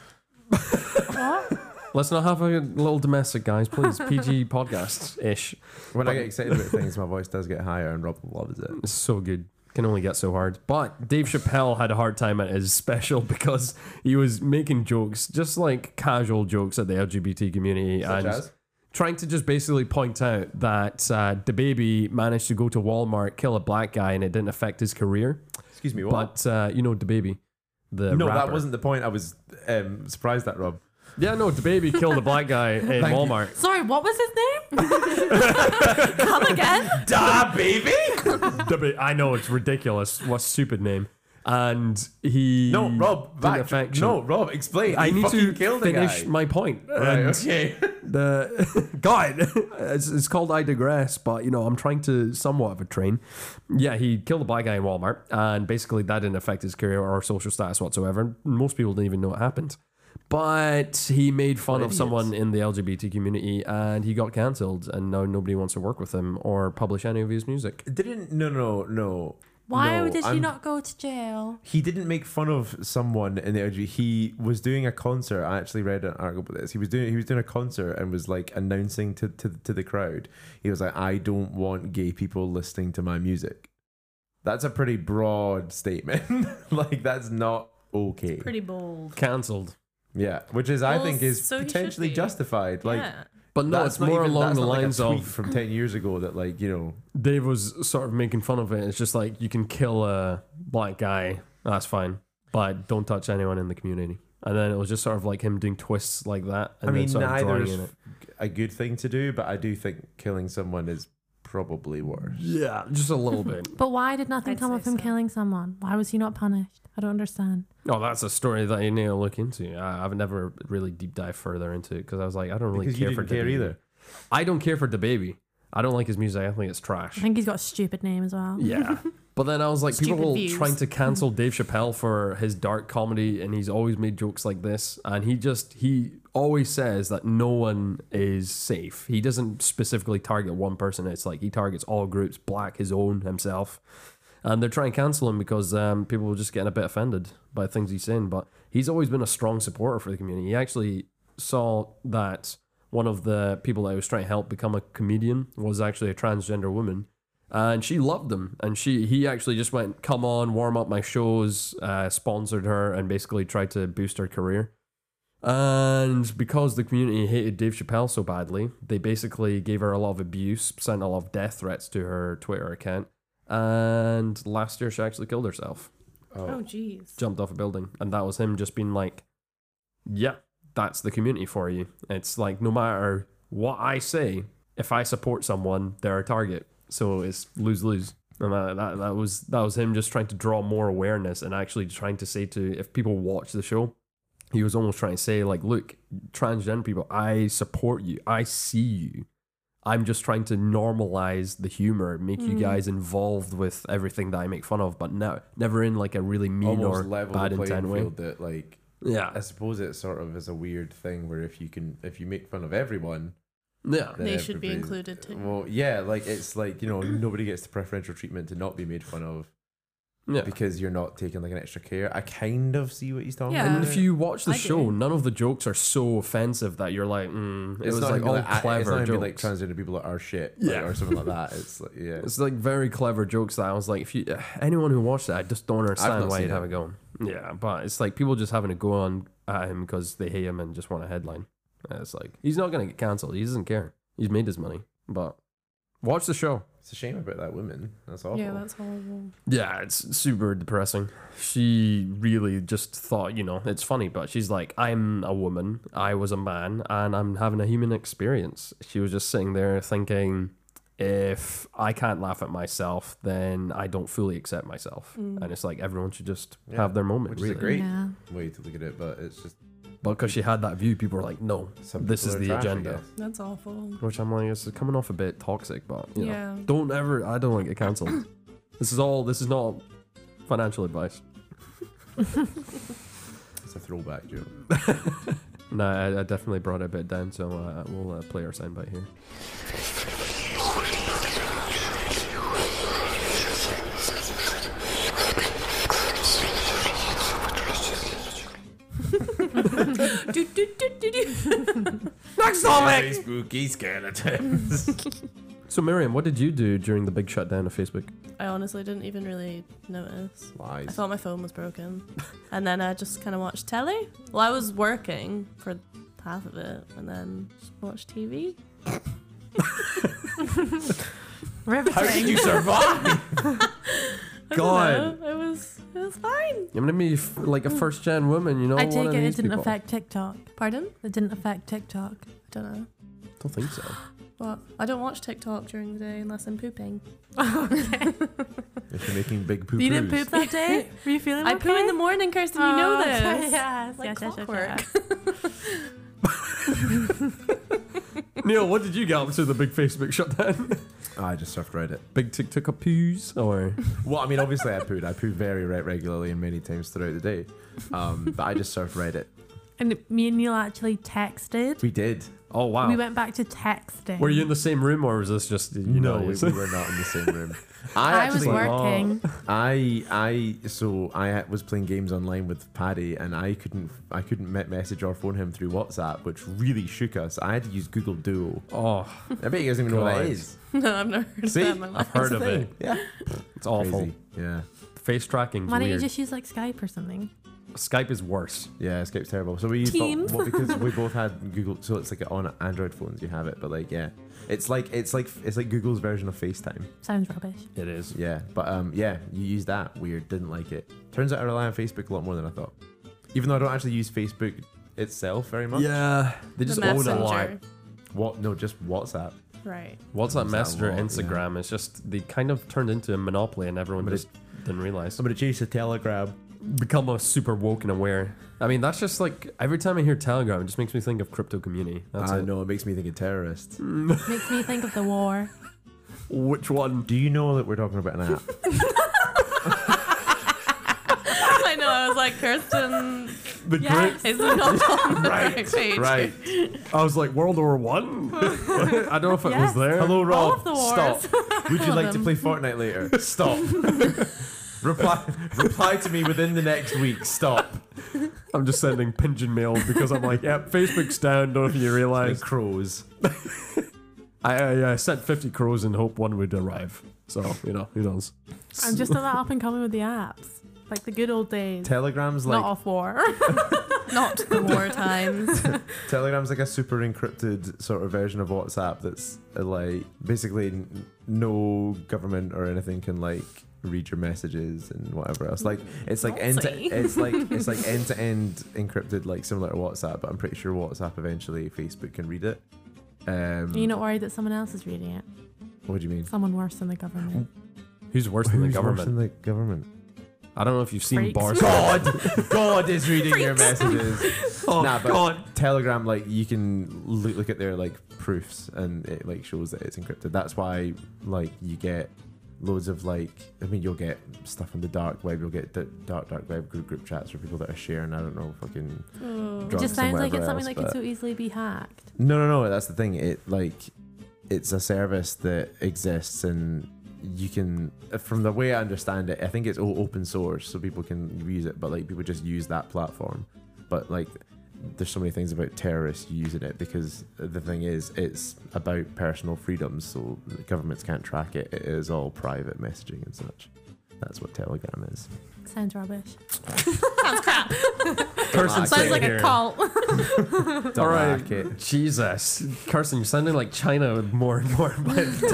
let's not have a little domestic, guys, please. PG podcast ish.
When I get excited about things, my voice does get higher, and Rob loves it.
It's so good. Can only get so hard. But Dave Chappelle had a hard time at his special because he was making jokes, just like casual jokes at the LGBT community,
Such
and
as?
trying to just basically point out that uh, the baby managed to go to Walmart, kill a black guy, and it didn't affect his career.
Excuse me, what?
But uh, you know, the baby, the
no,
rapper.
that wasn't the point. I was um, surprised that Rob.
Yeah, no, the baby killed a black guy in Walmart.
Sorry, what was his name? Come again?
Da baby. I know it's ridiculous. What stupid name? And he
No, Rob,
didn't
back.
affect you.
No, Rob, explain.
I
You
need
fucking
to
killed the
finish
guy.
my point.
Right,
And
okay.
the God, it's, it's called I digress, but you know I'm trying to somewhat of a train. Yeah, he killed a black guy in Walmart, and basically that didn't affect his career or social status whatsoever. Most people didn't even know it happened. But he made fun of
idiots.
someone in the LGBT community and he got cancelled, and now nobody wants to work with him or publish any of his music.
Didn't no no no.
Why
no,
did he
I'm-
not go to jail?
He didn't make fun of someone in the LG. He was doing a concert. I actually read an article about this. He was doing he was doing a concert and was like announcing to to, to the crowd. He was like, "I don't want gay people listening to my music." That's a pretty broad statement. like that's not okay.
Pretty bold.
Cancelled.
yeah, which is I
Well,
think is
so he should
potentially
be.
justified. Like
yeah.
But no, it's
not
more
even-
along
that's
the
not like a
lines
tweet
of
from ten years ago that like you know
Dave was sort of making fun of it. It's just like you can kill a black guy, that's fine, but don't touch anyone in the community. And then it was just sort of like him doing twists like that. And
I mean,
then sort of
neither
drawing
is
in it.
a good thing to do, but I do think killing someone is probably worse.
Yeah, just a little bit.
But why did nothing
I'd
come
say
of him
so.
killing someone? Why was he not punished? I don't understand.
Oh, that's a story that you need to look into. I, I've never really deep dive further into it because I was like, I don't really
Because
care
you
for
didn't care
DaBaby.
either.
I don't care for the baby. I don't like his music. I think it's trash.
I think he's got a stupid name as well.
Yeah. But then I was like, people
Stupid
were
views.
trying to cancel Dave Chappelle for his dark comedy, and he's always made jokes like this. And he just, he always says that no one is safe. He doesn't specifically target one person. It's like he targets all groups, black, his own, himself. And they're trying to cancel him because um, people were just getting a bit offended by things he's saying. But he's always been a strong supporter for the community. He actually saw that one of the people that I was trying to help become a comedian was actually a transgender woman Uh, and she loved him and she he actually just went come on warm up my shows uh, sponsored her and basically tried to boost her career and because the community hated Dave Chappelle so badly, they basically gave her a lot of abuse, sent a lot of death threats to her Twitter account. And last year, she actually killed herself,
Oh, jeez.
jumped off a building. And that was him just being like, yeah, that's the community for you. It's like, no matter what I say, if I support someone, they're a target. So it's lose lose. And that, that, that was that was him just trying to draw more awareness and actually trying to say to if people watch the show, he was almost trying to say like, look, transgender people, I support you, I see you. I'm just trying to normalize the humor, make you guys involved with everything that I make fun of, but no, never in like a really mean
Almost
or
level
bad
the
intent
playing
way.
field that like
Yeah,
I suppose it sort of is a weird thing where if you can if you make fun of everyone,
yeah.
then
They should be
everybody's-
included too.
Well, yeah, like it's like you know nobody gets the preferential treatment to not be made fun of
Yeah.
because you're not taking like an extra care. I kind of see what he's talking
Yeah.
about.
And if you watch the
I
show,
do.
none of the jokes are so offensive that you're like, mm, it
it's
was
not
like
gonna
all
be like, I- it's
clever
not gonna be like
jokes.
transgender people that are shit, like,
Yeah.
or something like that. It's like yeah,
it's like very clever jokes that I was like, if you anyone who watched it, I just don't understand
not
why
seen
you'd have
it.
a go. Yeah, but it's like people just having a go on at him because they hate him and just want a headline. And it's like he's not gonna get cancelled. He doesn't care. He's made his money. But watch the show.
it's a shame about that woman. That's awful.
Yeah, that's horrible.
Yeah, it's super depressing. She really just thought, you know, it's funny, but she's like, I'm a woman, I was a man, and I'm having a human experience. She was just sitting there thinking, if I can't laugh at myself, then I don't fully accept myself. And it's like everyone should just
Yeah,
have their moment,
which
really.
is a great
Yeah.
way to look at it, but it's just
But because she had that view, people were like, no,
some
this
people
is
are
the
trash, I
agenda.
guess.
That's awful.
Which I'm like, it's coming off a bit toxic, but you know,
Yeah.
don't ever, I don't want to get cancelled. this is all, this is not financial advice.
It's a throwback joke.
No, I, I definitely brought it a bit down, so uh, we'll uh, play our soundbite here.
do, do, do, do, do.
Spooky skeleton.
So, Miriam, what did you do during the big shutdown of Facebook?
I honestly didn't even really notice. I
Lies.
thought my phone was broken. and then I just kind of watched telly. Well, I was working for half of it and then just watched TV.
Riveting.
you survive?
I
God.
don't know. It was, it was fine.
I'm gonna be f- like a first gen woman, you know.
I
one
take
of
it it
these
didn't
people.
affect TikTok.
Pardon?
It didn't affect TikTok.
I don't know.
Don't think so.
What? I don't watch TikTok during the day unless I'm pooping.
okay.
If you're making big poo
You didn't poop that day? Were you feeling
I
okay?
poo in the morning, Kirsten. you know
Oh,
this.
okay. Yes,
Like
yes, yes, yes, yes.
Neil, what did you get up to the big Facebook shutdown?
Ah, I just surfed Reddit.
big TikTok poos or
Well, I mean, obviously I pooed. I poo very re- regularly and many times throughout the day. Um, but I just surfed Reddit.
And me and Neil actually texted.
We did.
Oh wow.
We went back to texting.
were you in the same room or was this just you
No,
know?
we,
it's-
we were not in the same room. I,
I was
actually,
oh,
working.
I, I, so I ha- was playing games online with Paddy, and I couldn't, I couldn't me- message or phone him through WhatsApp, which really shook us. I had to use Google Duo.
oh,
I bet you guys don't even know what that
God.
is.
No, I've never heard
See?
of that in my life.
heard of it.
Yeah,
It's awful.
Crazy. Yeah,
Face tracking.
Why don't you
weird.
just use like Skype or something?
Skype is worse.
yeah. Skype's terrible. So we used
Teams.
Well, because we both had Google. So it's like on Android phones you have it, but like yeah, it's like it's like it's like Google's version of FaceTime.
Sounds rubbish.
It is.
Yeah, but um, yeah, you use that. Weird. Didn't like it. Turns out I rely on Facebook a lot more than I thought. Even though I don't actually use Facebook itself very much.
Yeah,
The
they just own a lot.
messenger.
What? No, just WhatsApp.
Right.
What's that
Use that
Messenger,
a lot,
Instagram? It's just they kind of turned into a monopoly, and everyone
But
just didn't realize.
Somebody chased a Telegram.
become a super woke and aware. I mean, that's just like every time I hear Telegram, it just makes me think of crypto community. That's
I
it.
know. It makes me think of terrorists.
Makes me think of the war.
Which one?
Do you know that we're talking about an app?
I know. I was like, Kirsten
The
Yes.
is not on the right, page.
Right. I was like World War One. I don't know if it was
Yes.
there.
Hello, Rob.
All of the wars.
Stop. Would you like to play Fortnite later? Stop. reply, reply to me within the next week. Stop.
I'm just sending pigeon mail because I'm like, yeah, Facebook's down. Don't know if you realize.
crows.
I, I, I sent 50 crows in hope one would arrive. So you know, who knows?
I'm just on that up and coming with the apps, like the good old days.
Telegram's
Not
like
off war.
Not the war times.
Telegram's like a super encrypted sort of version of WhatsApp that's uh, like basically n- no government or anything can like read your messages and whatever else. Like it's like end to,
Naughty.
it's like it's like end to end encrypted, like similar to WhatsApp. But I'm pretty sure WhatsApp eventually Facebook can read it. Um,
Are you not worried that someone else is reading it?
what do you mean?
Someone worse than the government.
Who's worse than the
Who's worse
government?
than the government?
I don't know if you've
Freaks.
seen bars.
God, God is reading your messages.
Oh,
Nah, but-
God.
Telegram, like you can look, look at their like proofs, and it like shows that it's encrypted. That's why like you get loads of like I mean you'll get stuff on the dark web. You'll get d- dark dark web group group chats for people that are sharing. I don't know fucking.
It
drugs
just
and
sounds like
whatever
it's something
else,
that
but-
could so easily be hacked.
No, no, no. That's the thing. It like it's a service that exists and. You can, from the way I understand it, I think it's all open source, so people can use it. But like, people just use that platform. But like, there's so many things about terrorists using it because the thing is it's about personal freedoms so the governments can't track it it is all private messaging and such that's what telegram is
Sounds rubbish.
Kirsten
Sounds
sitting
Sounds like
here.
a cult.
Don't
All right,
like it.
Jesus, Carson, you're sounding like China more and more by the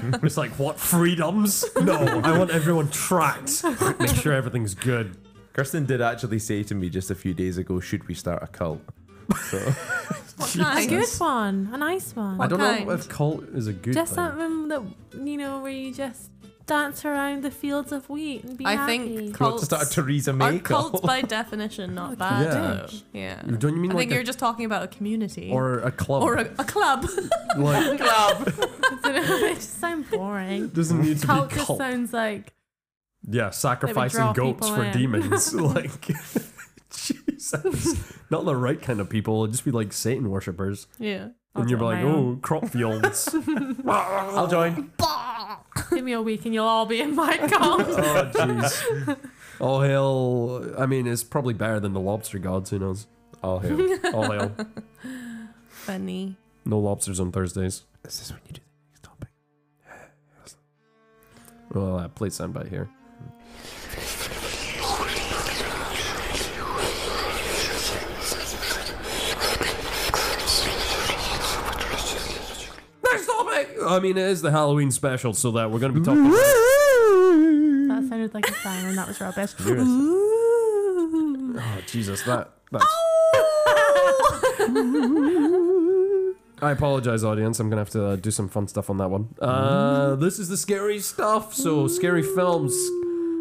day. it's like what freedoms? No, I want everyone tracked. Make sure everything's good.
kirsten did actually say to me just a few days ago should we start a cult so
A good one. A nice one.
I don't
kind?
know if cult is a good
just
thing.
something that you know where you just dance around the fields of wheat and be
I
happy.
think
you want to
cults
start a theresa
are
may
cults
cult
by definition not bad.
Yeah.
though. Yeah.
Don't you mean
I
like
think
a-
you're just talking about a community
or a club?
Or a, a club.
like
club.
it just sounds boring.
doesn't need to
Cult
be
just
cult.
sounds like
yeah, sacrificing
draw
goats
people
for
in.
demons. like Jesus, not the right kind of people. It'd just be like Satan worshippers,
yeah.
and you're
do it on
like,
my
oh, crop fields.
i'll join
give me a week and you'll all be in my cult.
Oh jeez. Oh hell. I mean, it's probably better than the lobster gods. Who knows?
all hail
Oh hell.
Funny.
No lobsters on Thursdays.
this is when you do the next topic
Well, uh, I played soundbite here. Next topic. I mean, it is the Halloween special, so that we're gonna be talking. About-
that sounded like a siren. That was rubbish.
oh Jesus, that that's. I apologize, audience. I'm gonna have to uh, do some fun stuff on that one. Uh, this is the scary stuff. So scary films,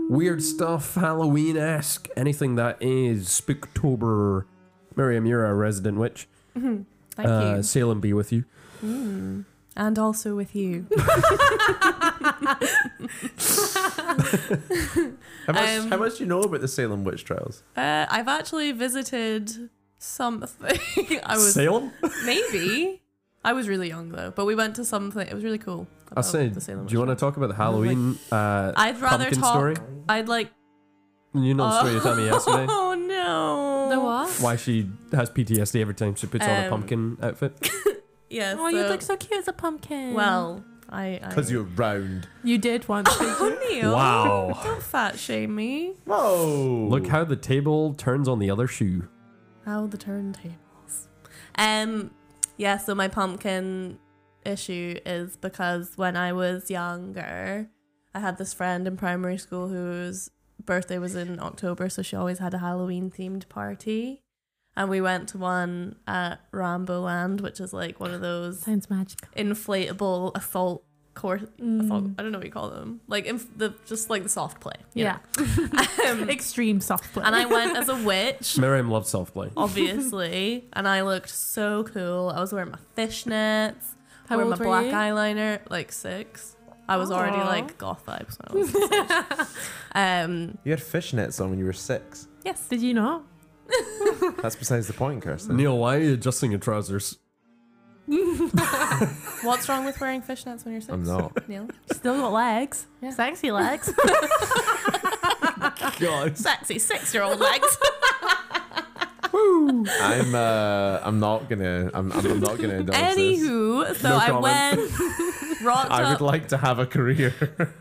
weird stuff, Halloween esque, anything that is Spooktober. Miriam, you're a resident witch.
Thank
uh,
you.
Salem be with you.
And also with you.
how much,
Um, Um,
how much do you know about the salem witch trials
Uh, I've actually visited something. I was
Salem?
maybe. I was really young though, but we went to something. It was really cool.
I
about
said,
the Salem
do you want to talk about the Halloween uh,
I'd rather
pumpkin
talk.
story?
I'd like.
You know the story you told me yesterday.
Oh no.
The what?
Why she has PTSD every time she puts on a
Um,
pumpkin outfit?
Yeah.
Oh,
so,
you look so cute as a pumpkin.
Well, I. I
Because you're round.
you did once. didn't you?
Oh, Neil.
Wow.
Don't fat shame me.
Whoa.
Look how the table turns on the other shoe.
How the turntables. Um, yeah, so my pumpkin issue is because when I was younger, I had this friend in primary school whose birthday was in October, so she always had a Halloween themed party. And we went to one at Rambo Land, which is like one of those
Sounds magical.
inflatable assault course. Assault,
Mm.
I don't know what you call them. Like inf- the just like the soft play. you
Yeah.
know? Um,
Extreme soft play.
and I went as a witch
Miriam loves soft play.
obviously. and I looked so cool. I was wearing my fishnets, I
How
wore my
old were
black
you?
eyeliner, like six. I was already
Aw.
like goth vibes when I was six. um,
You had fishnets on when you were six.
yes.
Did you not?
That's besides the point, Kirsten.
Neil, why are you adjusting your trousers?
What's wrong with wearing fishnets when you're 6
I'm not.
Neil?
Still got legs.
Yeah.
Sexy legs.
God.
Sexy six-year-old legs.
I'm. Uh, I'm not gonna. I'm. I'm I'm not gonna indulge this.
Anywho, so I
comment.
went, rocked
I
up.
would like to have a career.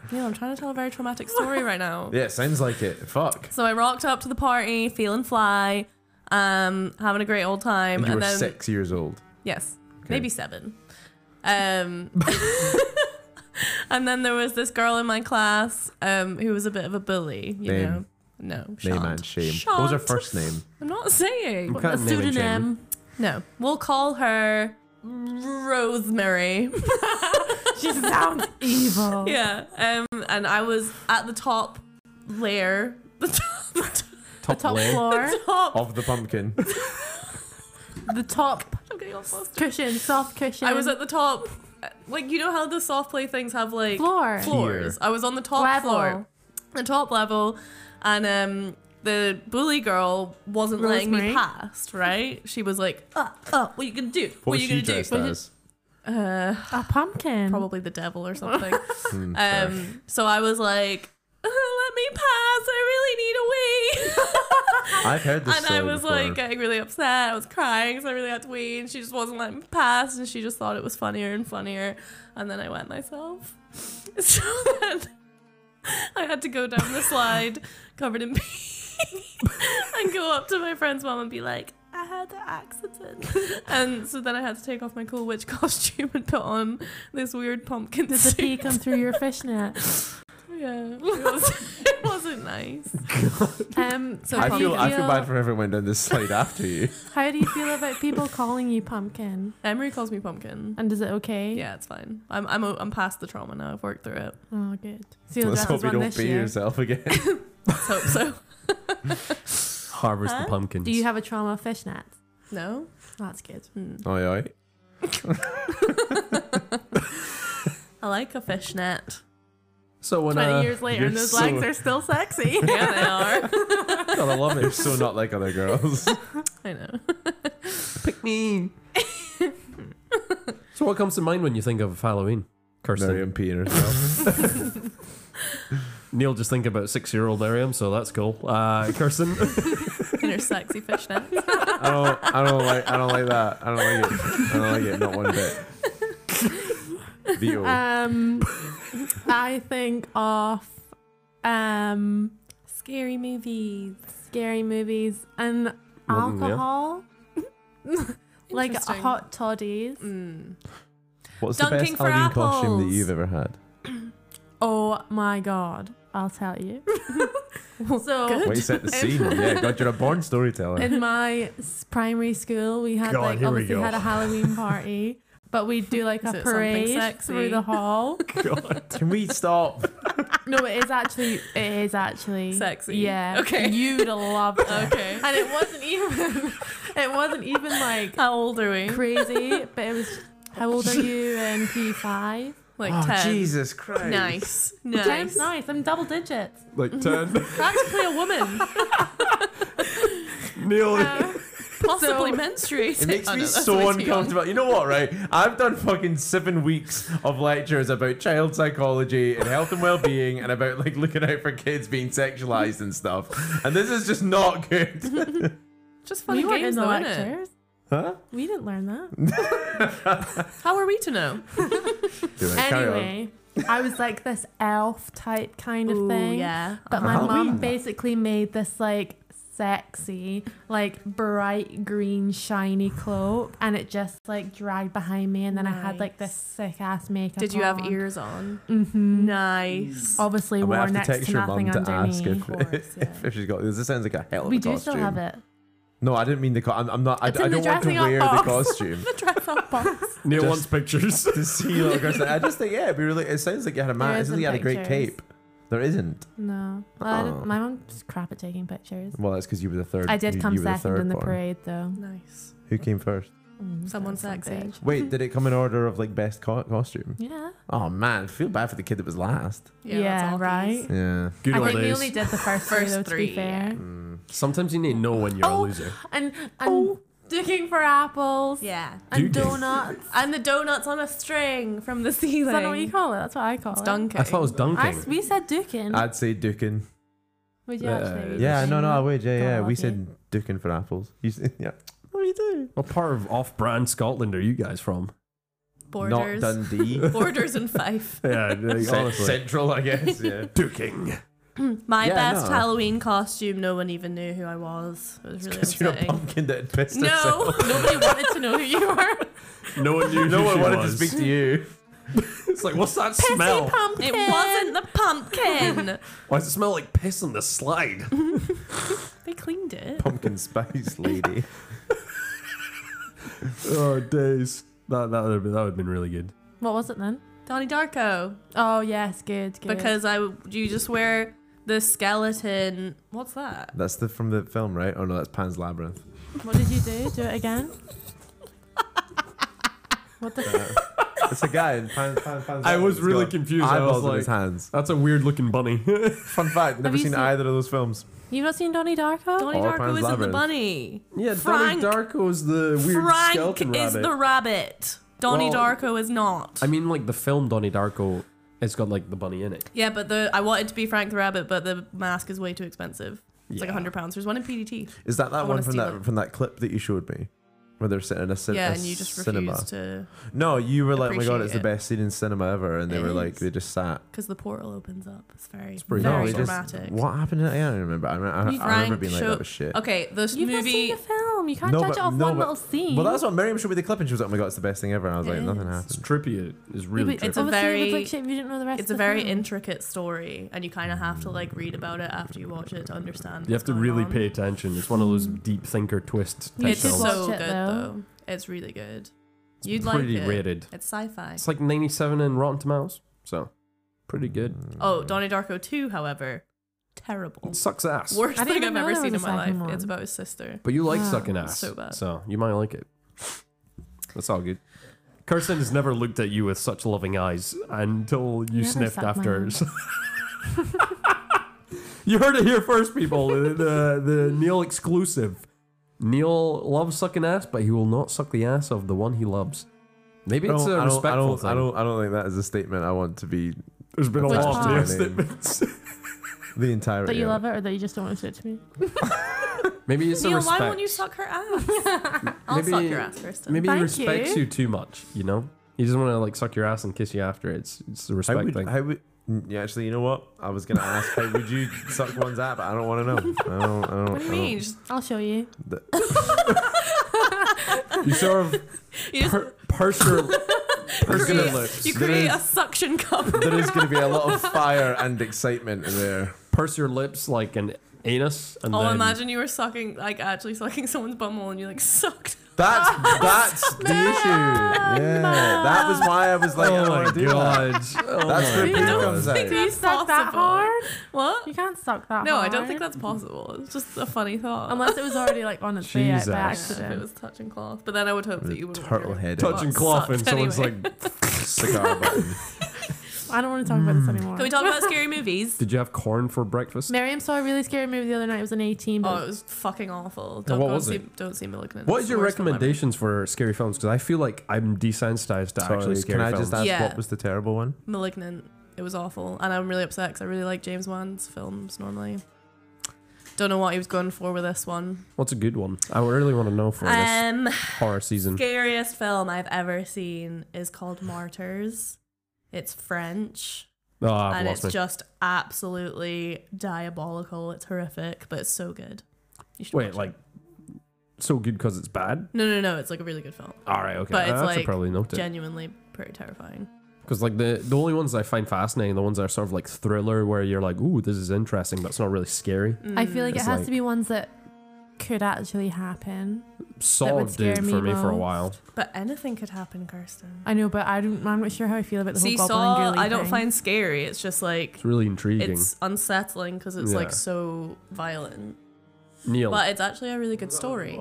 Neil, I'm trying to tell a very traumatic story right now.
yeah, it sounds like it. Fuck.
So I rocked up to the party, feeling fly, um, having a great old time, and,
And you were
then
six years old.
Yes. Maybe seven. Um, and then there was this girl in my class um, who was a bit of a bully, you
Name.
know. No.
Name
shan't.
and shame. What was her
Shan't.
first name?
I'm not saying.
What kind of name and shame?
Pseudonym.
No. We'll call her Rosemary.
She sounds evil.
yeah. Um, and I was at the top layer. The top, the
Top,
Top
lane.
floor.
top.
Of the pumpkin.
the top
I'm getting all flustered.
cushion. Soft cushion.
I was at the top. Like, you know how the soft play things have like
floor.
floors? I was on the top
Level.
floor. the top level, and um, the bully girl wasn't letting me
Rosemary.
past. Right? She was like, "Uh, uh, what you gonna do?
What
What,
was
you
she
gonna do?"
dressed
What you-
as?
Uh,
A pumpkin.
probably the devil or something.
Hmm, fair.
um, so I was like, "Uh, "Let me pass! I really need a wee."
I've heard this
and I
story
was
before.
like getting really upset. I was crying because I really had to wee, and she just wasn't letting me pass, and she just thought it was funnier and funnier. And then I went myself. So then I had to go down the slide covered in pee and go up to my friend's mom and be like, I had an accident. And so then I had to take off my cool witch costume and put on this weird pumpkin
Did the
suit.
pee come through your fishnet?
Yeah, it, was, it wasn't nice.
Um, so how
I feel,
do you
I feel bad for everyone went down this slide after you.
How do you feel about people calling you pumpkin?
Emery calls me pumpkin.
And is it okay?
Yeah, it's fine. I'm I'm o- I'm past the trauma now. I've worked through it.
Oh, good. So you'll
Let's
dress as
hope you
one
don't
this
be
year.
yourself again.
Let's hope so.
Harvest
Huh?
the pumpkins.
Do you have a trauma of fishnet?
No.
That's good.
Hmm.
oi, oi.
I like a fishnet.
so when
Twenty
uh,
years later,
Oh, you're
and those
so-
legs are still sexy.
Yeah, they are.
God, I love it. You're so not like other girls.
I know.
pick me. so what comes to mind when you think of Halloween? Kirsten.
Miriam peeing herself.
Neil just think about six-year-old Miriam, so that's cool. Uh, Kirsten.
In her sexy fishnet.
I don't, I don't like, I don't like that. I don't like it. I don't like it. Not one bit. Vito.
Uh,
Um, I think of um
Scary movies.
scary movies and
Mm, yeah.
alcohol, like
Interesting.
hot toddies.
Mm.
What's
the dunking best for Halloween costume that apples. you've
ever had?
Oh my god! I'll tell you. so
Good.
Way you set the scene. yeah, God, you're a born storyteller.
in my s- primary school, we had
God,
like
here we
obviously
go.
had a Halloween party, but we'd do like
Is
a
it something
parade
sexy?
through the hall.
God.
Can we stop?
no, it is actually it is actually
Sexy.
Yeah.
Okay.
You'd love it.
Okay.
And it wasn't even it wasn't even like
How old are we?
crazy, but it was how old are you in P five?
Like ten.
Oh, Jesus Christ.
Nice.
Nice.
Nice.
nice. I'm double digits.
Like ten.
Practically a woman.
Neil.
Uh,
possibly menstruate.
It makes me so uncomfortable. You know what, right? I've done fucking seven weeks of lectures about child psychology and health and well-being, and about like looking out for kids being sexualized and stuff. And this is just not good,
Just funny
We weren't in
games,
the
though, innit?
lectures.
huh?
We didn't learn that.
How are we to know?
Do it, carry on.
anyway, I was like this elf type kind of
Ooh,
thing.
yeah.
But my
Halloween.
mum basically made this like sexy, like bright green shiny cloak, and it just like dragged behind me, and then I had like this sick ass makeup.
Did you have
on.
ears on?
Mhm.
Nice.
Obviously,
I might
wore
have to
next to,
text your mum
nothing
to
underneath.
ask if,
course, yeah.
if she's got. This sounds like a hell of
we
a
do
costume.
still have it.
No, I didn't mean the. Co- I'm, I'm not. I, I
It's in the
don't want to
dressing up
wear
box.
the costume.
the dress-up box.
Neil
Just-
wants pictures.
to see like or something. I just think yeah, it'd be really. It sounds like you had a man.
There
It sounds like you had a
isn't
great
pictures.
cape. There isn't.
No, well, I didn't-
Oh.
my mum's crap at taking pictures.
Well, that's because you were the third.
I did
you-
come
you were
second
third
in the
one.
parade though.
Nice.
Who came first?
Mm,
Someone
some
sexy.
bitch.
Wait, did it come in order of like best co- costume?
Yeah.
Oh man, I feel bad for the kid that was last.
Yeah,
that's all
right?
these.
Yeah.
Good
I
old
think we
days.
only did the first, three,
First
though, to
three,
be fair.
Sometimes you need to know when you're
Oh.
a loser.
And, and
Oh.
digging for apples.
Yeah.
Do
And
dig.
donuts.
And the donuts on a string from the ceiling.
Is that not what you call it? That's what Oh, I call it.
Dunking.
I thought it was dunking.
I s- we said duking.
I'd say dukin.
Would you
Uh,
actually? be
Yeah,
duking?
no, no, I would. Yeah,
God,
yeah.
I
We
love
said dukin for apples. You said, yeah. What do you do?
what part of off-brand Scotland are you guys from?
Borders.
Not Dundee.
Borders and Fife.
Yeah, like,
Cent-
honestly.
Central, I guess. Yeah.
Duking.
My
Yeah,
best
no.
Halloween costume. No one even knew who I was. It was really
Because you're a
upsetting.
pumpkin that had pissed herself.
No, nobody wanted to know who you were.
No one knew.
No
who
one
she
wanted
was.
to speak to you.
It's like, what's that smell?
pumpkin. It wasn't the pumpkin.
Why does it smell like piss on the slide?
they cleaned it.
Pumpkin spice lady.
oh days. That that would have been, that would have been really good.
What was it then?
Donnie Darko.
Oh, yes, good, good.
Because I, you just wear the skeleton. What's that?
That's the from the film, right? Oh no, that's Pan's Labyrinth.
What did you do? Do it again? what the
Uh,
fuck?
It's a guy in Pan, Pan, Pan's
I
Labyrinth.
was
He's
really
got
confused. I
Eyeballs
was
in his
like,
hands.
that's a weird looking bunny.
Fun fact: never
you
seen
seen-
either of those films.
You've not seen Donnie Darko?
Donnie
Or
Darko
Pan's
isn't the
Labyrinth.
bunny.
yeah,
Frank-
Darko's the
Frank is the rabbit. Donnie
Well-
Darko is not.
I mean, like the film Donnie Darko, it's got like the bunny in it.
yeah, but the I wanted to be Frank the Rabbit, but the mask is way too expensive. It's like
Yeah.
like hundred pounds. There's one in PDT.
Is that that
wanna
one from
steal
that
it.
from that clip that you showed me, where they're sitting in a, cin-
yeah,
a
and you just
cinema?
refuse to
No, you were like, "Oh "My God,
appreciate
it's the
it.
best scene in cinema ever," and they
It
were like,
is.
they just sat.
because the portal opens up. It's very
pretty
no,
very
they
awesome.
dramatic.
just what happened? I don't remember. I remember, I,
You've
I remember
ranked
being like,
show-
"That was shit."
Okay, this
You've not
movie.
seen the film. You can't
No,
judge
but-
it off
no,
one
but-
little scene.
Well, that's what Miriam showed me the clip, and she was like, "Oh my God, it's the best thing ever," and I was
It
like, "Nothing
is.
It's
happened."
trippy. It's really
But
trippy.
it's a
obviously it
very-
looked like shit if you didn't know the rest
It's a
of the
very
film.
intricate story, and you kind of have to like read about it after you watch it to understand.
you
what's
have to
going
really
on.
pay attention. It's one of those deep thinker twist. Type
Mm. It's
should
films.
watch
so
it,
good
though.
though. It's really good.
It's
You'd like
pretty
it.
rated.
It's sci-fi.
It's like 97 in Rotten Tomatoes, so pretty good.
Oh, Donnie Darko 2, however, terrible.
It sucks ass.
Worst
I didn't
thing I've
even know
ever
there
seen
was
in
a
my life.
second one.
It's about his sister.
But you like
Ah,
sucking ass,
so bad.
so you might like it. That's all good. Kirsten has never looked at you with such loving eyes until you
Never
sniffed
sucked my
after. you heard it here first, people. the, the the Neil exclusive. Neil loves sucking ass, but he will not suck the ass of the one he loves. Maybe
Mm. I
it's
don't,
a
I, don't, I,
respectful
don't,
thing.
I don't. I don't think that is a statement I want to be
There's been a
That's
lot of
fine.
Neil statements.
the entire.
That you love it or that you just don't want to show it to me?
Maybe it's a
Neil,
respect.
why won't you suck her ass? I'll
Maybe-
suck your ass, Kristen.
Maybe he
Thank
respects you.
you.
too much. You know, he doesn't want to like suck your ass and kiss you after. It's it's a
How
respect
would,
thing.
how would, mm, yeah, actually, you know what? I was gonna ask, how would you suck one's ass? But I don't want to know. I don't. I don't.
What do you
I don't-
mean? Just-
I'll show you.
you sort of
You, just
per- purse your purse your
create,
lips.
you
There
create
is-
a suction cup.
There is gonna be a lot of fire and excitement in there.
Purse your lips like an anus, and
Oh,
then
imagine you were sucking, like actually sucking someone's bumhole and you like sucked.
That's that's the issue. Yeah, that was why I was like, I
Oh
don't
my
want to do that.
god! Oh
That's
my
where poo
God.
comes
think
out.
that-
You
It's
suck that
possible.
hard?
What?
You can't suck that
No, I
hard.
don't think that's possible. It's just a funny thought.
Unless it was already like on its way out by
Jesus.
Yeah, if it
accident.
was touch and cloth, but then I would hope that you would
Turtle head
Touching
Well,
cloth,
sucked
and someone's
anyway.
like,
cigar button.
I don't want to talk about
Hmm.
this anymore.
Can we talk about scary movies?
Did you have corn for breakfast?
Miriam saw a really scary movie the other night. It was an 18. But
Oh, it was fucking awful. Don't,
what
go
was
see,
it?
Don't see me looking at
What is your
worst film ever.
recommendations for scary films? Because I feel like I'm desensitized to actually
Sorry,
scary
can I
films.
just ask
Yeah.
what was the terrible one?
Malignant. It was awful, and I'm really upset because I really like James Wan's films normally. Don't know what he was going for with this one.
What's a good one? I really want to know for this
Um,
horror season.
scariest film I've ever seen is called Martyrs. It's French.
oh, I've
and
lost
it's
me.
just absolutely diabolical. It's horrific, but it's so good. You should watch
Wait,
it.
like so good because it's bad?
no, no, no. It's like a really good film,
All right, okay.
But it's
I have to
like
probably note it
genuinely pretty terrifying.
because like the the only ones I find fascinating, the ones that are sort of like thriller, where you're like, ooh, this is interesting, but it's not really scary.
I
mm,
feel like it
It's
has
like-
to be ones that could actually happen.
Saw
would scare
did
me
for me for a
most.
while.
But anything could happen, Kirsten.
I know, but I don't, I'm not sure how I feel about the
See,
whole Goblin
Saw,
Girly
I don't
thing.
find scary. It's just like
It's really intriguing.
it's unsettling because it's
Yeah.
like so violent.
Neil,
But it's actually a really good story.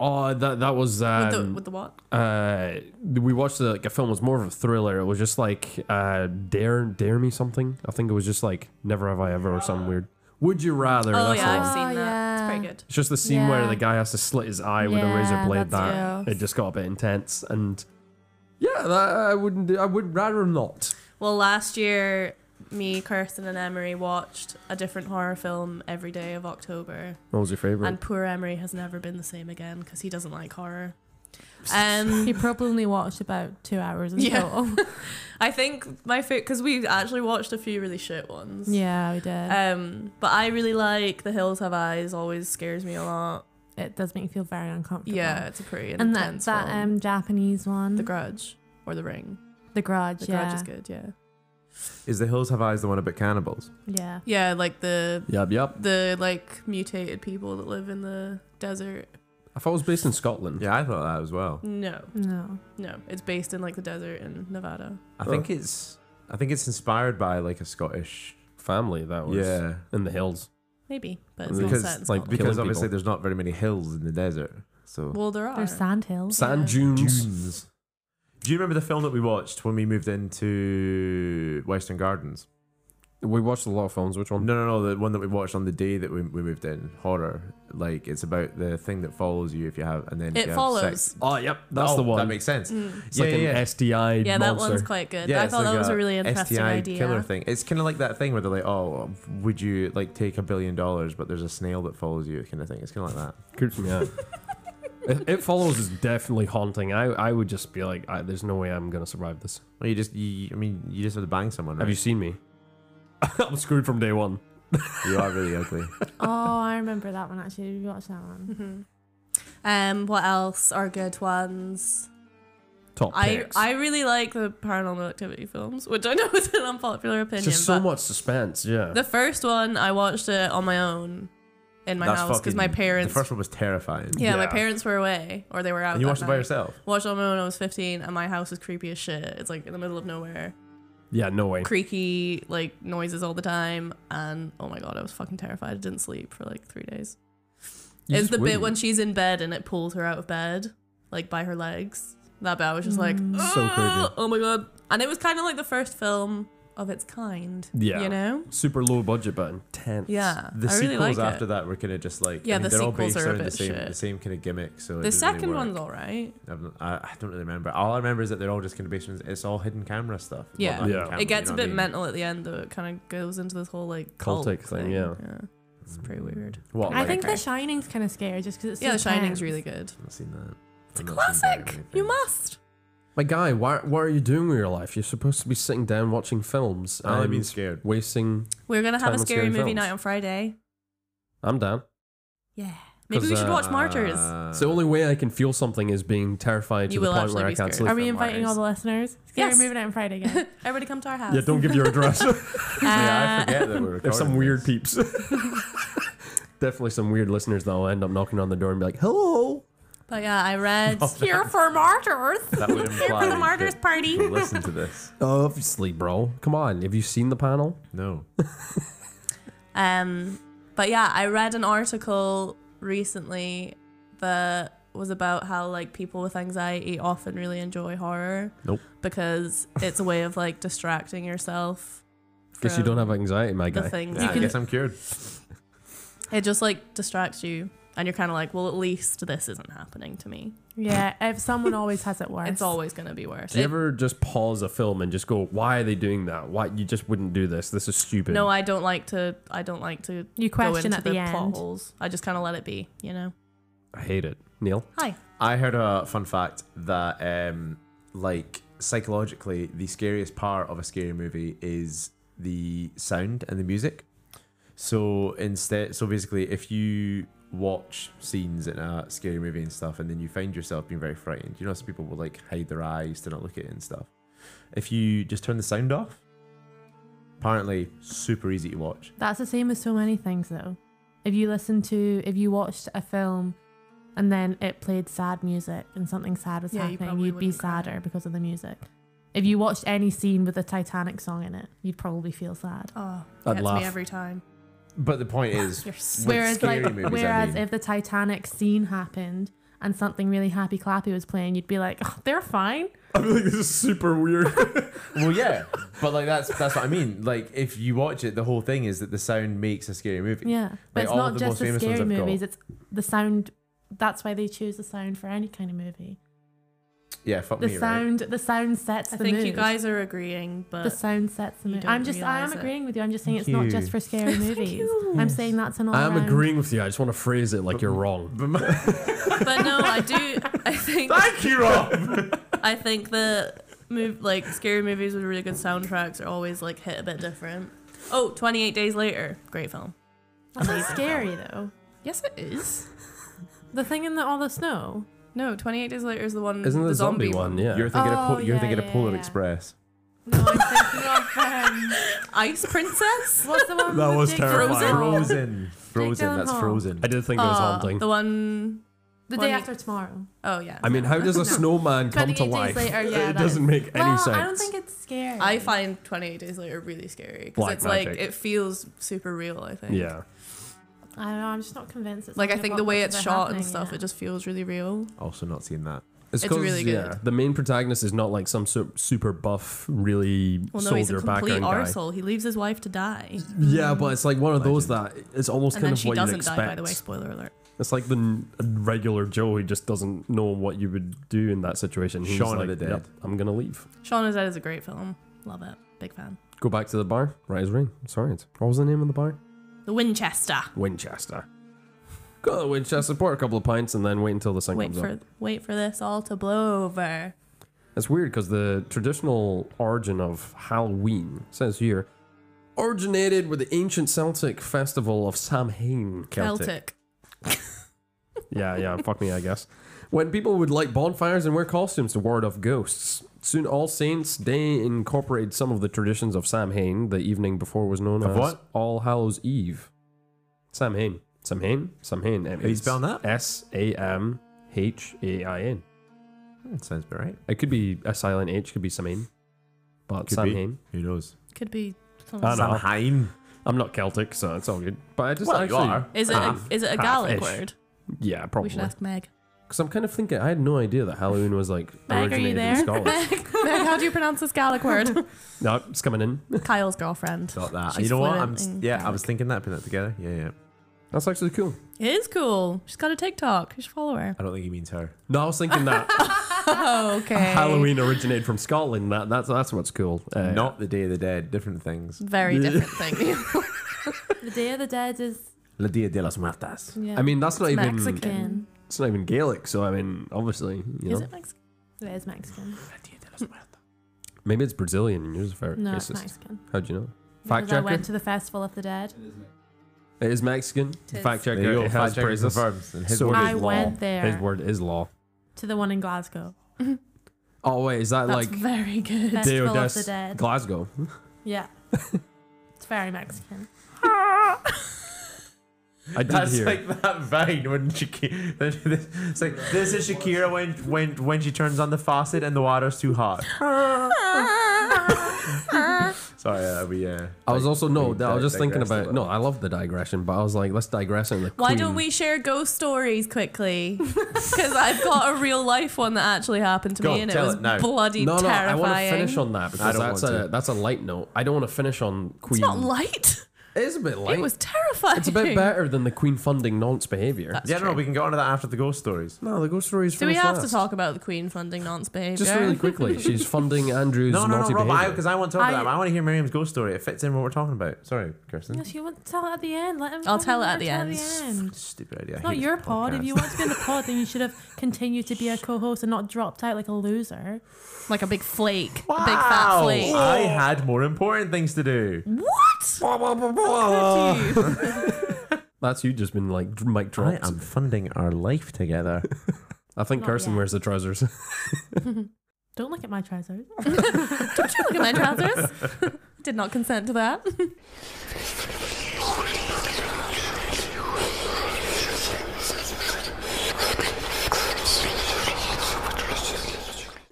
oh, that that was um,
With the with the what?
uh we watched uh, like a film it was more of a thriller it was just like uh dare dare me something i think it was just like never have i ever or something weird would you rather
Oh
that's the
yeah,
one.
I've
Oh,
seen that.
yeah.
It's pretty good.
it's just the scene where
Yeah.
the guy has to slit his eye with a razor
Yeah,
blade
that's
that it just got a bit intense and yeah that, i wouldn't do, i would rather not
Well, last year, me, Kirsten, and Emery watched a different horror film every day of October.
what was your favorite
And poor Emery has never been the same again because he doesn't like horror. Um,
He probably only watched about two hours in
Yeah.
total.
I think my favorite because we actually watched a few really shit ones.
yeah, we did.
Um, but I really like The Hills Have Eyes. Always scares me a lot.
it does make me feel very uncomfortable.
Yeah, it's a pretty
And that,
intense
that
film.
um, Japanese one,
The Grudge or The Ring.
The Grudge,
The
yeah,
Grudge is good. Yeah.
Is The Hills Have Eyes the one about cannibals?
yeah.
Yeah, like the
yep yep
the like mutated people that live in the desert.
i thought it was based in scotland
Yeah, I thought that as well.
No,
No,
no, it's based in like the desert in Nevada.
I
Oh.
think it's I think it's inspired by like a Scottish
family that was
yeah
in the hills
Maybe, but it's
Because,
not set in
like,
Scotland.
Killing
because obviously
people.
there's not very many hills in the desert, so
well, there are.
there's sand hills.
sand
Yeah.
dunes
dunes. Do you remember the film that we watched when we moved into Western Gardens?
we watched a lot of films which one
No, no, no. The one that we watched on the day that we, we moved in, horror. Like it's about the thing that follows you if you have, and then if
It
you have
follows.
sex.
oh yep that's
Oh,
the one
That makes sense.
Mm.
it's like an sti
Yeah, that
monster
one's quite good. I
it's
thought
like
that was a really interesting
STI
idea.
killer thing. It's kind of like that thing where they're like, "Oh, would you like take a billion dollars?" But there's a snail that follows you, kind of thing. It's kind of like that.
Creeps me out. it, it follows is definitely haunting. I, I would just be like, I, there's no way I'm gonna survive this.
Well, you just, you, I mean, you just have to bang someone. Right?
Have you seen me? I'm screwed from day one.
you are really ugly.
oh, I remember that one actually. We watched that one.
Mhm. Um, what else are good ones?
Top
I
picks.
I really like the paranormal activity films, which I know is an unpopular
It's
opinion,
just so
but
much suspense. Yeah.
the first one I watched it on my own in my
That's
house because
fucking-
my
The
parents.
first one was terrifying.
yeah, my
Yeah.
parents were away or they were out.
And you
that
watched it by
night.
yourself.
Watched it on my own. when I was 15, and my house is creepy as shit. It's like in the middle of nowhere,
yeah. No way.
creaky like noises all the time, and oh my god, I was fucking terrified. I didn't sleep for like three days.
You
is
just
the bit
wouldn't.
when she's in bed and it pulls her out of bed, like by her legs. That bit I was just like,
Mm.
So creepy.
"Ah, oh my god! And it was kind of like the first film of its kind.
Yeah.
you know.
super low budget but intense.
Yeah,
The
I
sequels
really like
after
it.
that were kind of just like
Yeah,
I mean,
the
they're all
sequels
based
are a
around the
bit
same
shit.
the same kind of gimmick. So
The
it didn't really
second
work.
one's all right.
I've- I, I don't really remember. All I remember is that they're all just kind of based on it's all hidden camera stuff. Well,
Yeah.
not hidden
Yeah.
camera,
it gets
you know
a
what I
bit
mean?
mental at the end, though. It kind of goes into this whole like cult
Cultic thing, yeah.
it's pretty weird.
What?
I
like-
think
okay.
The Shining's kind of scary just because it's
yeah,
so
The Shining's
tense.
really good.
I've not seen that.
It's a
I've not seen very
classic.
many
You
things.
must.
My guy, why, what are you doing with your life? You're supposed to be sitting down watching films.
I
and
mean, scared.
wasting.
We're gonna have
Time
a
on
scary,
scary
movie
films.
night on Friday.
I'm down.
Yeah, maybe
'Cause,
we should watch
Uh,
Martyrs.
It's the only way I can feel something is being terrified to
You
the
will
point
actually
where I
be
can't
scared.
sleep.
Are we inviting all the listeners? Scary
Yes.
moving out on Friday again.
Everybody come to our house.
yeah, don't give your address.
yeah, I forget that we're recording.
There's some
this.
weird peeps. Definitely some weird listeners that will end up knocking on the door and be like, hello.
But yeah, I read
Here for martyrs.
That would imply
the martyrs
that
party.
people Listen to this.
Obviously, bro. Come on. Have you seen the panel?
No.
Um, but yeah, I read an article recently that was about how like people with anxiety often really enjoy horror.
Nope.
Because it's a way of like distracting yourself.
Guess you
from
don't have anxiety, my
the
guy.
things.
Yeah,
you
I
can,
guess I'm cured.
it just like distracts you, and you're kind of like, well, at least this isn't happening to me.
Yeah, if someone always has it worse.
It's always gonna be worse.
Do you
It-
ever just pause a film and just go, "Why are they doing that? Why you just wouldn't do this? This is stupid."
no, I don't like to. I don't like to
you question
go into
at the, end.
plot holes. I just kind of let it be. You know.
I hate it, Neil.
Hi.
I heard a fun fact that, um, like, psychologically, the scariest part of a scary movie is the sound and the music. So instead, so basically, if you watch scenes in a scary movie and stuff, and then you find yourself being very frightened, you know, some people will like hide their eyes to not look at it and stuff. If you just turn the sound off, apparently, super easy to watch.
That's the same with so many things, though. If you listen to, if you watched a film and then it played sad music and something sad was
Yeah, you
happening,
probably
you would be
wouldn't cry.
sadder because of the music. If you watched any scene with a Titanic song in it, you'd probably feel sad.
Oh,
I'd
gets
laugh.
me every time.
But the point is,
You're
with
so
Whereas,
scary
like,
movies, I
whereas
mean-
if the Titanic scene happened and something really happy clappy was playing, you'd be like, oh, they're fine.
I feel like this is super weird.
Well, yeah, but like that's that's what I mean. Like if you watch it, the whole thing is that the sound makes a scary movie.
Yeah, but
Like,
it's
all of
not
the
just
most
the
famous ones
scary
I've got.
movies. It's the sound. That's why they choose the sound for any kind of movie.
yeah. Fuck
The
me, right?
sound, the sound sets
I
the
think you
mood.
guys are agreeing, but
the sound sets the
Uh, you
mood.
don't
I'm just, I am
realise it.
agreeing with you. I'm just saying
Thank
it's not just
you.
for scary movies. I'm saying that's an all.
I'm
Um,
round-
agreeing with you. I just want to phrase it like you're wrong.
But my-
but no, I do. I think
Thank you, Rob.
I think the move like scary movies with really good soundtracks are always like hit a bit different. Oh, 28 Days Later, great film.
That's not scary though.
Yes, it is.
The thing in the all the snow.
No, 28 Days Later is the one.
Isn't
the,
the zombie, one? Yeah.
you're thinking of
Oh,
po- you're
yeah,
thinking
yeah,
of Polar
yeah.
Express.
No, I'm thinking of um,
Ice Princess.
what's the one?
That
with
was
Jake
terrifying.
Gyllenhaal?
Frozen, Frozen. That's
Gyllenhaal.
Frozen.
I did think it was
Ah,
haunting.
the one
The day
One-
after tomorrow.
oh yeah.
I mean, how does a snowman come
28
to
days
life?
oh,
later, yeah,
it
that
doesn't make any
well,
sense.
I don't think it's scary.
I find 28 Days Later really scary because
Black
it's like
magic.
it feels super real. I think.
yeah.
I don't know. I'm just not convinced. It's
Like I
something
think
about
the way
what's
it's
been
shot and
happening,
stuff,
yeah.
it just feels really real.
Also, not seen that.
It's
'cause,
really good.
the main protagonist is not like some su- super buff, really
Well, no, he's a
soldier
complete
background guy.
arsehole. He leaves his wife to die,
Yeah, but it's like one of those that it's almost
and
kind
then
of
she
what you
doesn't
expect.
die. By the way, spoiler alert.
It's like the n- regular Joe who just doesn't know what you would do in that situation. He's
Shaun
like,
of the Dead.
"Yep, I'm gonna leave.
Shaun is Dead is a great film. Love it. Big fan.
Go back to the bar. Right as rain. Sorry. What was the name of the bar?
The Winchester.
Winchester. Go to Winchester, pour a couple of pints, and then wait until the sun
Wait
comes
for
up.
wait for this all to blow over.
It's weird because the traditional origin of Halloween says here originated with the ancient Celtic festival of Samhain.
Celtic.
Yeah, yeah, fuck me, I guess. When people would light bonfires and wear costumes to ward off ghosts. Soon All Saints Day incorporated some of the traditions of Samhain. The evening before was known
Of
as
what?
All Hallows Eve. Samhain. Samhain? Samhain. How
you spelling that?
S A M H A I N.
That sounds about right.
It could be a silent H, could be Samhain. But
Could be.
Samhain.
Who knows?
Could be.
I know.
Samhain.
I'm not Celtic, so it's all good. But I just
Well, you
actually.
are.
Is it a,
Half-
is it a
half-ish.
Gaelic word?
Yeah, probably.
We should ask Meg.
Because I'm kind of thinking, I had no idea that Halloween was like
Meg, are you
originated
there?
in Scotland.
Meg, how do you pronounce this Gaelic word?
no, it's coming in.
Kyle's girlfriend.
Got that.
She's
you know what? I'm
fluent in
yeah. I was thinking that. Putting that together. Yeah, yeah.
That's actually cool.
It is cool. She's got a TikTok. You should follow her.
I don't think he means her.
No, I was thinking that
Oh, okay.
Halloween originated from Scotland. That, that's that's what's cool. Uh,
Not the Day of the Dead. Different things.
Very different thing.
the Day of the Dead is.
La Dia de las Muertas.
Yeah.
I mean that's not even
Mexican.
it's not even Gaelic. So I mean, obviously, you
Is
know,
it Mexican?
It is Mexican.
maybe it's Brazilian. and You're just very
No, it's
racist.
Mexican.
How do you know?
Because
Fact
I
checker.
went to the Festival of the Dead.
it is Mexican.
Tis.
Fact
There
checker.
you go.
It has
Fact checkers
praises.
confirms. And his
So-
word
Word
I
is law.
went there
His word is law.
to the one in Glasgow.
Oh wait, is that
That's
like
very good.
Day
Festival of
of
the Dead.
Glasgow?
Yeah. it's very Mexican.
I did
That's
hear.
like that vine when Shakira. It's like this is Shakira when when when she turns on the faucet and the water's too hot. Sorry, uh, we. Uh,
I was
like,
also no.
we
I was just
digressed
thinking
a
about
little.
no. I love the digression, but I was like, let's digress into the
Why
Queen.
don't we share ghost stories quickly? Because I've got a real life one that actually happened to
Go on,
me, and it
tell
was
it now.
bloody
No, no. I
terrifying.
want to finish on that because
don't
that's
want
a
to.
that's a light note. I don't want to finish on
it's
Queen.
not light.
It is a bit light.
It was terrifying.
it's a bit better than the Queen funding nonce behavior.
Yeah, no, we can get onto that after the ghost stories.
No, the ghost stories.
Do we have to talk about the Queen funding nonce behavior?
Just really quickly, she's funding Andrew's
No, no, no,
naughty
Rob,
behavior.
because I, want to talk about
I-
that. I want to hear Miriam's ghost story. It fits in what we're talking about. Sorry, Kirsten.
Yes, you want to tell it at the end. Let him.
I'll
fucking
tell it at the
tell
end.
end.
Stupid idea. I
It's not
hate
your
this
pod. If you
podcast.
want to be in the pod, then you should have continued to be a co-host and not dropped out like a loser.
like a big flake,
Wow.
a big fat flake.
I had more important things to do.
What?
That's you just been like dr- mic
I
dropped. I,
am funding our life together.
think
Not
Carson
yet.
wears the trousers.
Don't look at my trousers.
Look at my trousers. Did not consent to that.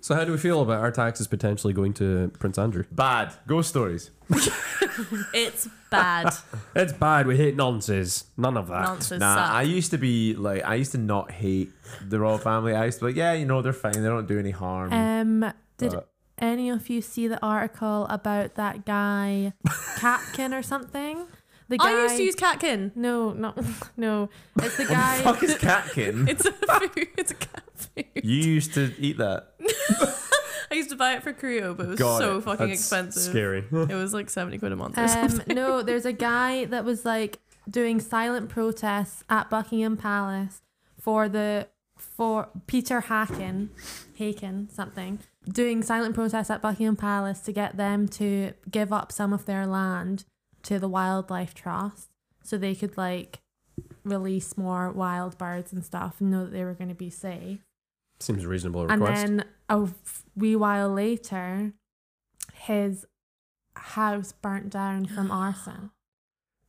so how do we feel about our taxes potentially going to Prince Andrew?
Bad ghost stories.
It's bad.
It's bad. We hate nonces. None of that.
Nonsense.
Nah,
suck.
I used to be like, I used to not hate the royal family. I used to be like, yeah, you know, they're fine. They don't do any harm.
Eh,
Um, did
But-
any of you see the article about that guy, Katkin or something? The guy.
I used to use catkin.
No, not no. It's the guy.
Fuck is catkin?
It's a food. It's a cat food.
you used to eat that.
I used to buy it for Creo, but it was
Got
so
it.
fucking
That's
expensive.
Scary.
It was like seventy quid a month or
Um,
something.
no, there's a guy that was like doing silent protests at Buckingham Palace for the for Peter Haken, Haken something, doing silent protests at Buckingham Palace to get them to give up some of their land to the wildlife trust so they could like release more wild birds and stuff and know that they were going to be safe.
Seems a reasonable
And
request.
then a f- wee while later, his house burnt down from arson.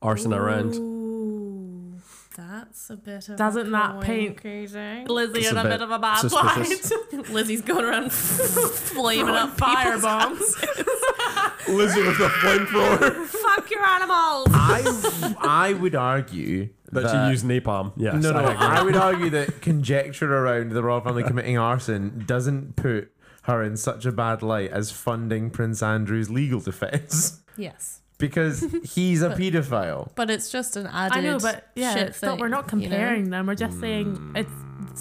Arson around.
Ooh, that's a bit of
Doesn't
a
that
coin
paint-
crazy.
Lizzie
It's
in
a
a
bit
bit of a bad
suspicious.
light.
Lizzie's going around flaming up
Throwing
people's houses.
Lizzie with the flamethrower.
Fuck your animals.
Ah,
I, I would argue that,
That she used napalm. Yes.
No, no,
I agree.
I would argue that conjecture around the royal family committing arson doesn't put her in such a bad light as funding Prince Andrew's legal defense
Yes,
because he's a paedophile.
but it's just an added.
I know, but yeah,
shit
it's not- we're
thing,
not
you know?
comparing them. We're just saying it's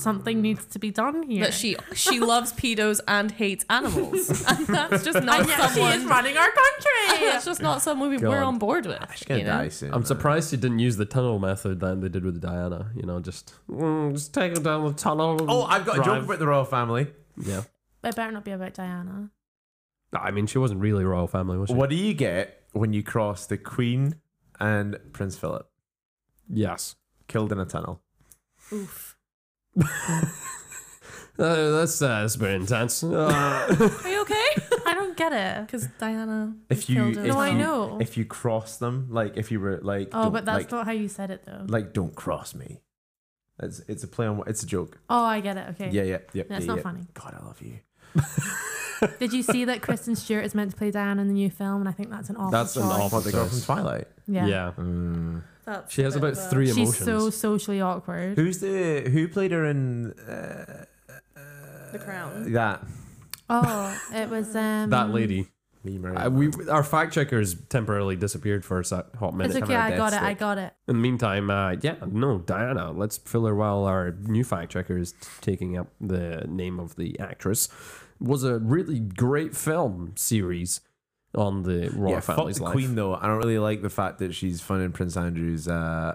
something needs to be done here.
That she she loves pedos and hates animals, and that's just not
and yet she is
someone.
running our
That's
country.
just not someone we,
God.
we're on board with.
She's gonna
you know?
die soon.
I'm
man.
surprised she didn't use the tunnel method that they did with Diana. You know, just mm, just take her down the tunnel.
Oh, I've got a joke
drive.
about the royal family.
Yeah.
It better not be about Diana.
No, I mean, she wasn't really royal family, was she?
What do you get when you cross the Queen and Prince Philip?
Yes.
Killed in a tunnel.
Oof.
Uh, that's uh, that's very intense. Uh,
Are you okay?
I don't get it.
Because Diana.
If you,
killed
if
in
you
a
No, I
tunnel.
know.
If you cross them, like if you were like,
Oh,
don't-
but that's
like,
not how you said it though.
like don't cross me. It's it's a play on it's a joke.
Oh, I get it. Okay.
Yeah, yeah, yeah.
That's
yeah,
not
yeah.
funny.
God, I love you.
Did you see that Kristen Stewart is meant to play Diana in the new film? And I think that's an awful.
That's an
choice.
awful-
What the girl from
Yes.
Twilight? Mm.
yeah.
Yeah.
That's
She has
a bit
about
of a-
three
She's
emotions.
so socially awkward.
Who's the who played her in uh,
The Crown.
that?
Oh, it was um.
that lady.
Me, Maria.
Uh, we our fact checkers temporarily disappeared for a sec- hot minute.
It's okay. I got it. I got it.
In the meantime, uh, yeah, no, Diana, let's fill her while our new fact checker is t- taking up the name of the actress. Was a really great film series on the royal
yeah, fuck
family's
the
life.
Queen though. I don't really like the fact that she's funding Prince Andrew's uh,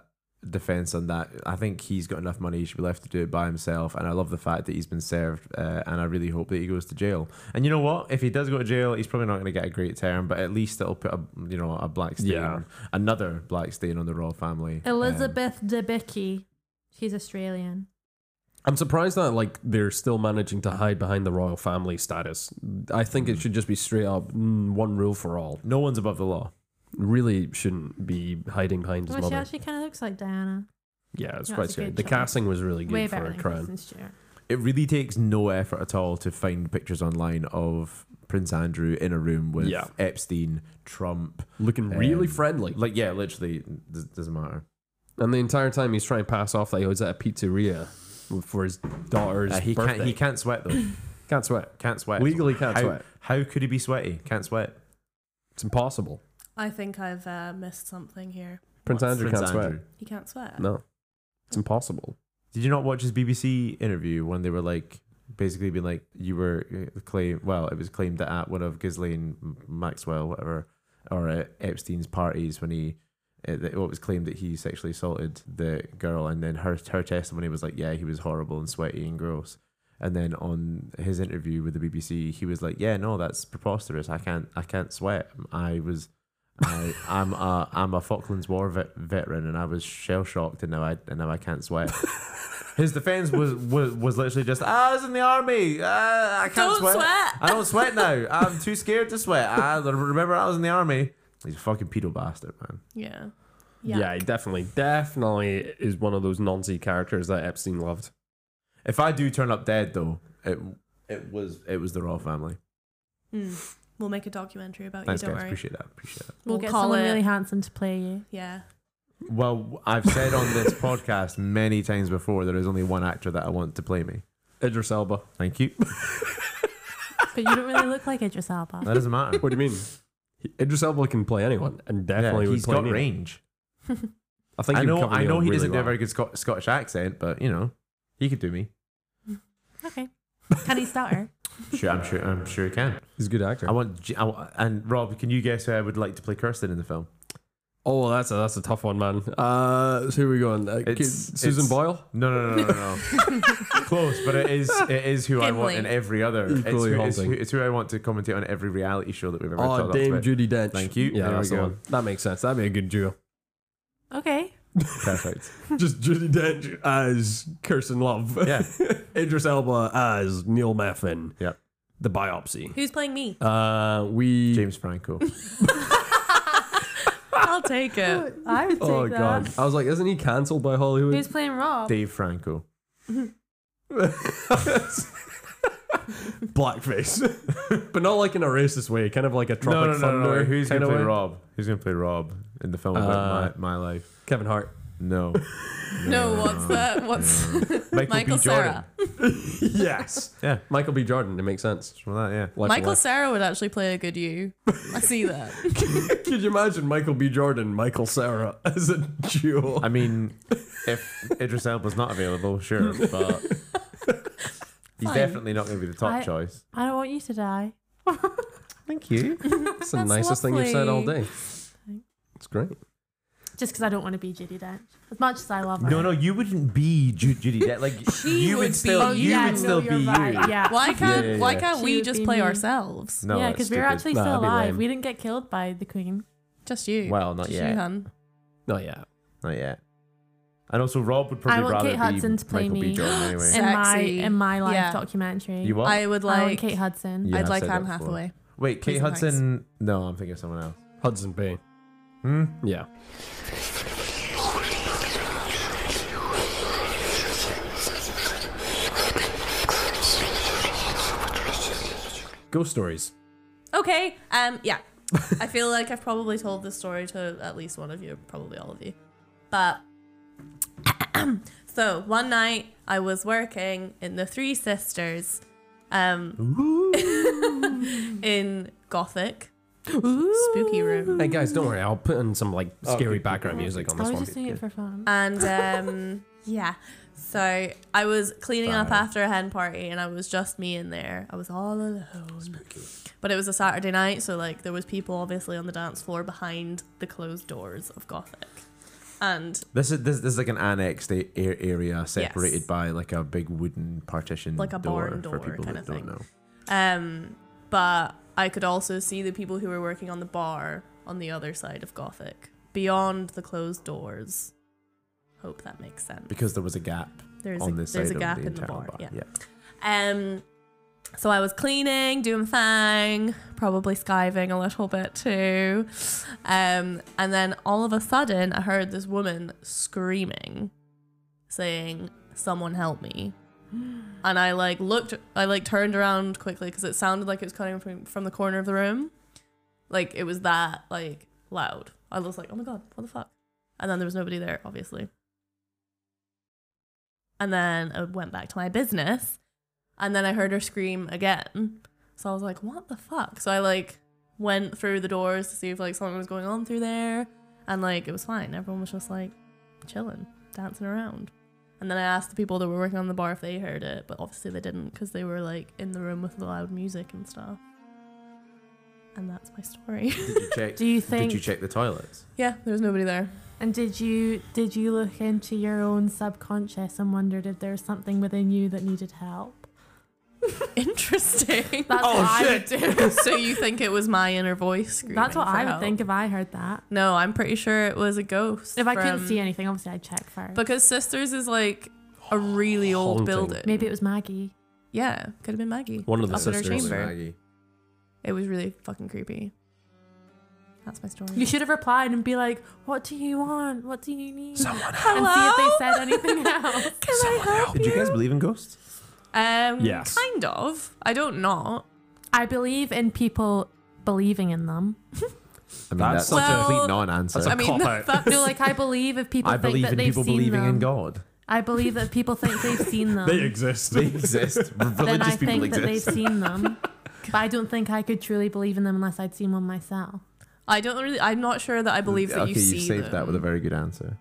defense on that. I think he's got enough money; he should be left to do it by himself. And I love the fact that he's been served, uh, and I really hope that he goes to jail. And you know what? If he does go to jail, he's probably not going to get a great term, but at least it'll put a you know a black stain,
Yeah.
another black stain on the royal family. um,
Elizabeth Debicki. She's Australian.
I'm surprised that like they're still managing to hide behind the royal family status. I think
Mm.
it should just be straight up mm, one rule for all.
Um, no one's above the law.
Really shouldn't be hiding behind his
Well, she
mother.
actually kind of looks like Diana.
Yeah, it's
No,
quite
it's a
scary.
good
The
choice.
casting was really good
Way
for
better
a
than
crown.
Kristen Stewart.
It really takes no effort at all to find pictures online of Prince Andrew in a room with
Yeah.
Epstein, Trump.
Looking really
Um,
friendly.
Like, yeah, literally, does doesn't matter.
And the entire time he's trying to pass off that he was at a pizzeria for his daughter's
Uh, he
birthday.
can't. He can't sweat though.
Can't sweat.
Can't sweat.
Legally can't
how,
sweat.
How could he be sweaty? Can't sweat.
It's impossible.
I think I've uh, missed something here.
Prince Andrew
Prince
can't
Andrew.
He can't sweat.
sweat. No, it's impossible.
Did you not watch his BBC interview when they were like basically being like you were uh, claim well it was claimed that at one of Ghislaine M- Maxwell whatever or at Epstein's parties when he uh, that- well, it was claimed that he sexually assaulted the girl and then her her testimony was like yeah he was horrible and sweaty and gross and then on his interview with the BBC he was like yeah no that's preposterous I can't I can't sweat I was I, I'm a I'm a Falklands War vet, veteran, and I was shell shocked, and now I and now I can't sweat. His defense was was, was literally just "Ah, I was in the army. Uh, I can't
Don't sweat."
I don't sweat now. I'm too scared to sweat. I remember I was in the army. He's a fucking pedo bastard, man.
Yeah.
Yeah, he definitely, definitely is one of those Nazi characters that Epstein loved.
If I do turn up dead though, it it was it was the Raw family.
Hmm.
Mm. We'll make a documentary about
Thanks
you. Don't
guys,
worry.
appreciate that. Appreciate that.
We'll,
We'll
get
call
someone
it-
really handsome to play you.
Yeah.
Well, I've said on this podcast many times before there is only one actor that I want to play me.
Idris Elba.
Thank you.
But you don't really look like Idris Elba.
That doesn't matter.
What do you mean? He- Idris Elba can play anyone, and
Yeah,
definitely
he's
would play
got
me.
range.
I think
I
he'd
know,
cover
I
me
know
up
he
really
doesn't do a
well.
very good Scot- Scottish accent, but you know, he could do me.
Okay. Can he stutter?
Sure, I'm sure, I'm sure he can.
He's a good actor.
I want, J- I wa- and Rob, can you guess who I would like to play Kirsten in the film?
oh, that's a that's a tough one, man. Uh, so who are we going? Uh,
It's-
kid- Susan
it's-
Boyle.
No, no, no, no, no. no. Close, but it is, it is who I want in
Gimli.
every other. It's
Equally
who, it's, who,
haunting.
it's who I want to commentate on every reality show that we've ever
Oh,
talked
Dame
about.
Judy Dench.
Thank you.
Yeah,
There
that's
we
the
go.
one. That makes sense. That'd be a good duo.
Okay.
Perfect.
Just Judy Dench as Kirsten Love.
Yeah.
Idris Elba as Neil Maffin.
Yep.
The biopsy.
Who's playing me?
Uh, we.
James Franco.
I'll take it.
I would take
oh god! I was like, isn't he cancelled by Hollywood?
Who's playing Rob?
Dave Franco.
Blackface, but not like in a racist way. Kind of like a
No,
Tropic
no, no,
Thunder.
no, no. Who's
kind
gonna
of
play
way.
Rob? Who's gonna play Rob in the film
Uh,
about my, my life?
Kevin Hart.
No.
No, what's that? What's
Michael,
Michael
B. Jordan.
Cera.
yes.
Yeah.
Michael B. Jordan. It makes sense.
Well, that, yeah.
Life
Michael
of life.
Sarah would actually play a good you. I see that.
Could you imagine Michael B. Jordan, Michael Sarah as a duo?
I mean, if Idris Elba's not available, sure, but he's
Fine.
definitely not going to be the top
I-
choice.
I don't want you to die.
Thank you.
That's the
That's
nicest thing you've said all
lovely.
day. It's great.
Just because I don't want to be Judy Dench. As much as I love her.
No, no, you wouldn't be Ju- Judy. That like
She
you would,
would
still,
be-
you
yeah,
would
no,
still
you're
be
right.
you.
Yeah.
Why can't
yeah,
why
yeah.
can't
She
we
would
just
be
play
me.
ourselves?
No,
yeah,
that's
because we were
stupid.
actually
Nah,
still
that'd be
alive.
lame.
We didn't get killed by the Queen.
Just you.
Well, not
just
yet.
you, hun.
No, yeah.
not yet. And also, Rob would
I
probably
want
rather
Kate Hudson
be
to play
Michael B.
me.
Jordan anyway.
In my
Sexy.
in my life
Yeah.
documentary.
you what?
I would
I want
like
Oh, Kate Hudson.
Yeah,
I'd
I've
like
said
Anne
that before.
Hathaway.
Wait, Kate
Please and
Hudson? No, I'm thinking of someone else.
Hudson Bay.
Hmm?
Yeah. Ghost stories.
Okay. Um. Yeah. I feel like I've probably told this story to at least one of you, probably all of you. But so one night I was working in the Three Sisters, um, in Gothic spooky room,
Hey guys, don't worry. I'll put in some like scary background music on
I
this
was
one.
just doing it for fun.
and um, yeah. So I was cleaning up
Bye.
after a hen party, and I was just me in there. I was all alone. But it was a Saturday night, so like there was people obviously on the dance floor behind the closed doors of Gothic, and
This is this, this is like an annexed a- a- area separated
Yes.
by like a big wooden partition,
Like a
door
barn
for
door
people
kinda
that don't
thing.
know.
um, but I could also see the people who were working on the bar on the other side of Gothic, beyond the closed doors. Hope that makes sense.
because there was a gap
There's
on
a,
this
there's
side
a gap
of the
in the
entire
bar.
bar.
Yeah.
yeah.
Um, so I was cleaning, doing thing, probably skiving a little bit too. Um, and then all of a sudden, I heard this woman screaming, saying, Someone help me. and I like looked, I like turned around quickly because it sounded like it was coming from from the corner of the room, like it was that like loud. I was like, oh my god, what the fuck? And then there was nobody there, obviously. And then I went back to my business, and then I heard her scream again. So I was like, what the fuck? So I like went through the doors to see if like something was going on through there, and like it was fine. Everyone was just like chilling, dancing around. And then I asked the people that were working on the bar if they heard it, but obviously they didn't because they were like in the room with the loud music and stuff. And that's my story.
Did you check?
Do you think-
Did you check the toilets?
yeah, there was nobody there.
And did you did you look into your own subconscious and wondered if there's something within you that needed help?
Interesting.
That's
Oh,
what I would do.
so you think it was my inner voice screaming?
That's what
for
I would
help?
think if I heard that.
No, I'm pretty sure it was a ghost.
If I couldn't
from-
see anything, obviously I'd check first.
because Sisters is like a really old
Haunting.
building.
Maybe it was Maggie.
Yeah, could have been Maggie.
One of the
up in her
sisters.
chamber.
Maggie.
It was really fucking creepy. That's my story.
You should have replied and be like, "What do you want? What do you need?"
Someone help.
and see if they said anything else.
Can I help
Did you guys believe in ghosts?
Um,
Yes.
kind of. I don't not.
I believe in people believing in them.
I mean,
That's
that's,
such
a
a-
complete non-answer.
that's a
I mean,
cop out.
that's
No, like I believe if people
I
think
believe
that
in
they've
people
seen
believing
them.
in God.
I believe that people think they've seen them.
They exist.
They exist.
then I
Religious
think
people
that they've
exist.
seen them. but I don't think I could truly believe in them unless I'd seen one myself.
I don't really. I'm not sure that I believe that
okay,
you see
saved
them.
that with a very good answer.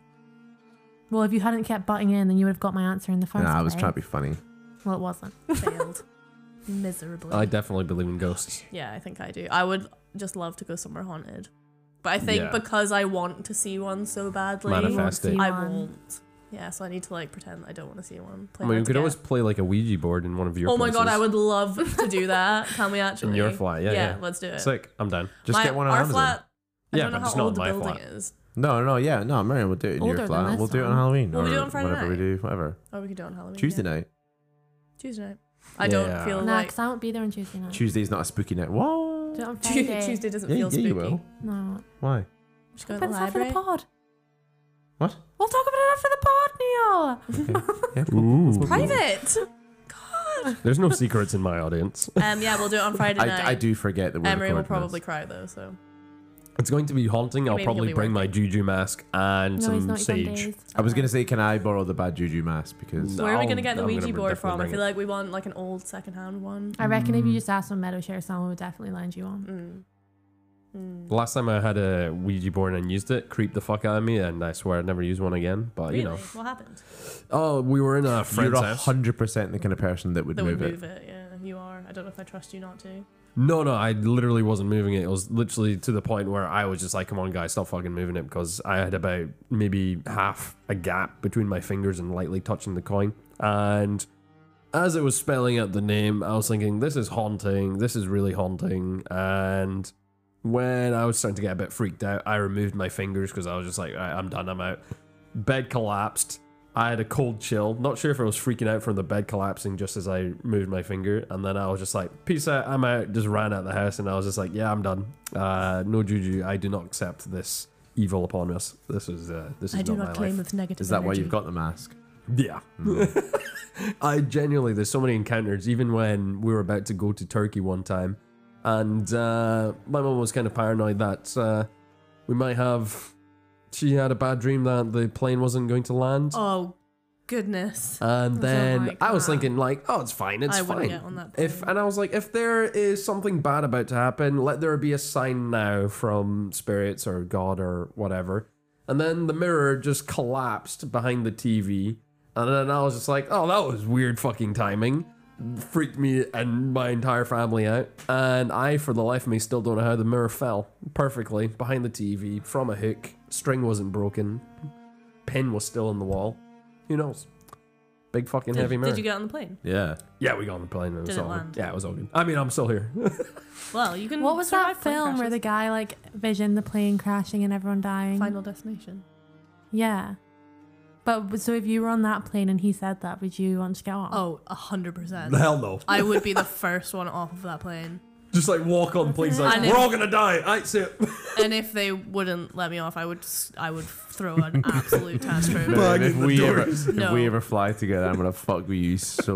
Well, if you hadn't kept butting in, then you would have got my answer in the first
Nah, I was
place.
trying to be funny.
Well, it wasn't.
failed miserably.
I definitely believe in ghosts.
yeah, I think I do. I would just love to go somewhere haunted, but I think
Yeah.
because I want to see one so badly,
Manifest it.
See
I
one.
won't. Yeah, so I need to like pretend I don't want to see one. Play
I mean, we
hard to
could
get.
always play like a Ouija board in one of your.
Oh my god,
places.
I would love to do that. Can we actually?
In your flat, yeah, yeah.
let's do it.
Sick. I'm down.
Just
My-
get one on
our
Amazon.
flat. I
Yeah,
don't know
but
how
it's not
old the
my
building
flat.
is.
No, no, yeah, no, Marion, we'll do it in
Older
your
than
flat.
this
We'll do it on
one.
Halloween.
Well, we
or
do it on Friday
Whatever we
night.
do, whatever.
Oh, we could do it on Halloween.
Tuesday
yeah.
night.
Tuesday night. I don't
Yeah.
feel
Nah,
like
because I won't be there on Tuesday night.
Tuesday's not a spooky night.
Do
What?
it on Friday.
Tuesday doesn't
Yeah,
feel
yeah,
spooky.
you will.
No.
Why?
Should go to
Put
the
this up for the
library.
pod.
What?
We'll talk about it after the pod, Neil.
Yeah,
Ooh.
Private.
There's no secrets in my audience.
Um, yeah, we'll do it on Friday night.
I, I do forget that we're
Emery will
recording
probably
this.
cry though, so
It's going to be haunting. I'll
Maybe he'll
probably
be
bring my juju mask and
No, he's
some
not he's on
sage.
days.
I was gonna say, can I borrow the bad juju mask? Because
No.
where are we
I'll-
gonna get the
I'm
Ouija
gonna
board
definitely
from? I
bring
feel
it.
like we want like an old secondhand one.
I reckon
Mm.
if you just ask on Meadowshare, someone would definitely lend you one.
Mm. Mm.
Last time I had a Ouija board and used it, creeped the fuck out of me, and I swear I'd never use one again. But you know,
Really? what happened?
oh, we were in a friend's
you're
house.
hundred percent the kind of person that would
That would
move it.
move it. Yeah, you are. I don't know if I trust you not to.
No, no, I literally wasn't moving it. It was literally to the point where I was just like, "Come on, guys, stop fucking moving it," because I had about maybe half a gap between my fingers and lightly touching the coin. And as it was spelling out the name, I was thinking, "This is haunting. This is really haunting." And when I was starting to get a bit freaked out, I removed my fingers because I was just like, "All right, "I'm done. I'm out." Bed collapsed. I had a cold chill. Not sure if I was freaking out from the bed collapsing just as I moved my finger. And then I was just like, peace out, I'm out. Just ran out the house and I was just like, yeah, I'm done. Uh, no juju. I do not accept this evil upon us. This is uh, this is
I do
not, my
not claim
life.
of negative.
Is that why
energy.
you've got the mask?
Yeah. I genuinely, there's so many encounters, even when we were about to go to Turkey one time. And uh, my mum was kind of paranoid that uh, we might have. She had a bad dream that the plane wasn't going to land.
Oh goodness.
And then
like
I was
that.
thinking, like, oh, it's fine, Uh, it's
I wouldn't
fine.
get on that
if
plane.
and I was like, if there is something bad about to happen, let there be a sign now from spirits or God or whatever. And then the mirror just collapsed behind the TV, and then I was just like, oh, that was weird fucking timing. Freaked me and my entire family out. And I, for the life of me, still don't know how the mirror fell perfectly behind the TV from a hook. String wasn't broken. Pin was still on the wall. Who knows? Big fucking
Did,
heavy mirror.
did you get on the plane?
Yeah.
yeah, we got on the plane. It was
Did it
all good.
land?
Yeah, it was all good. I mean, I'm still here.
Well, you can.
What was that
survive Mm, plane
film where the
crashes.
guy like visioned the plane crashing and everyone dying?
Final Destination?
Yeah. But so if you were on that plane and he said that, would you want to get on?
Oh, hundred percent.
Hell no.
I would be the first one off of that plane.
Just like walk on planes, like
And
we're
if-
all gonna die. That's it.
and if they wouldn't let me off, I would s- I would throw an absolute tantrum.
Bang
if,
in the
we ever,
doors.
if
No.
we ever fly together, I'm gonna fuck with you so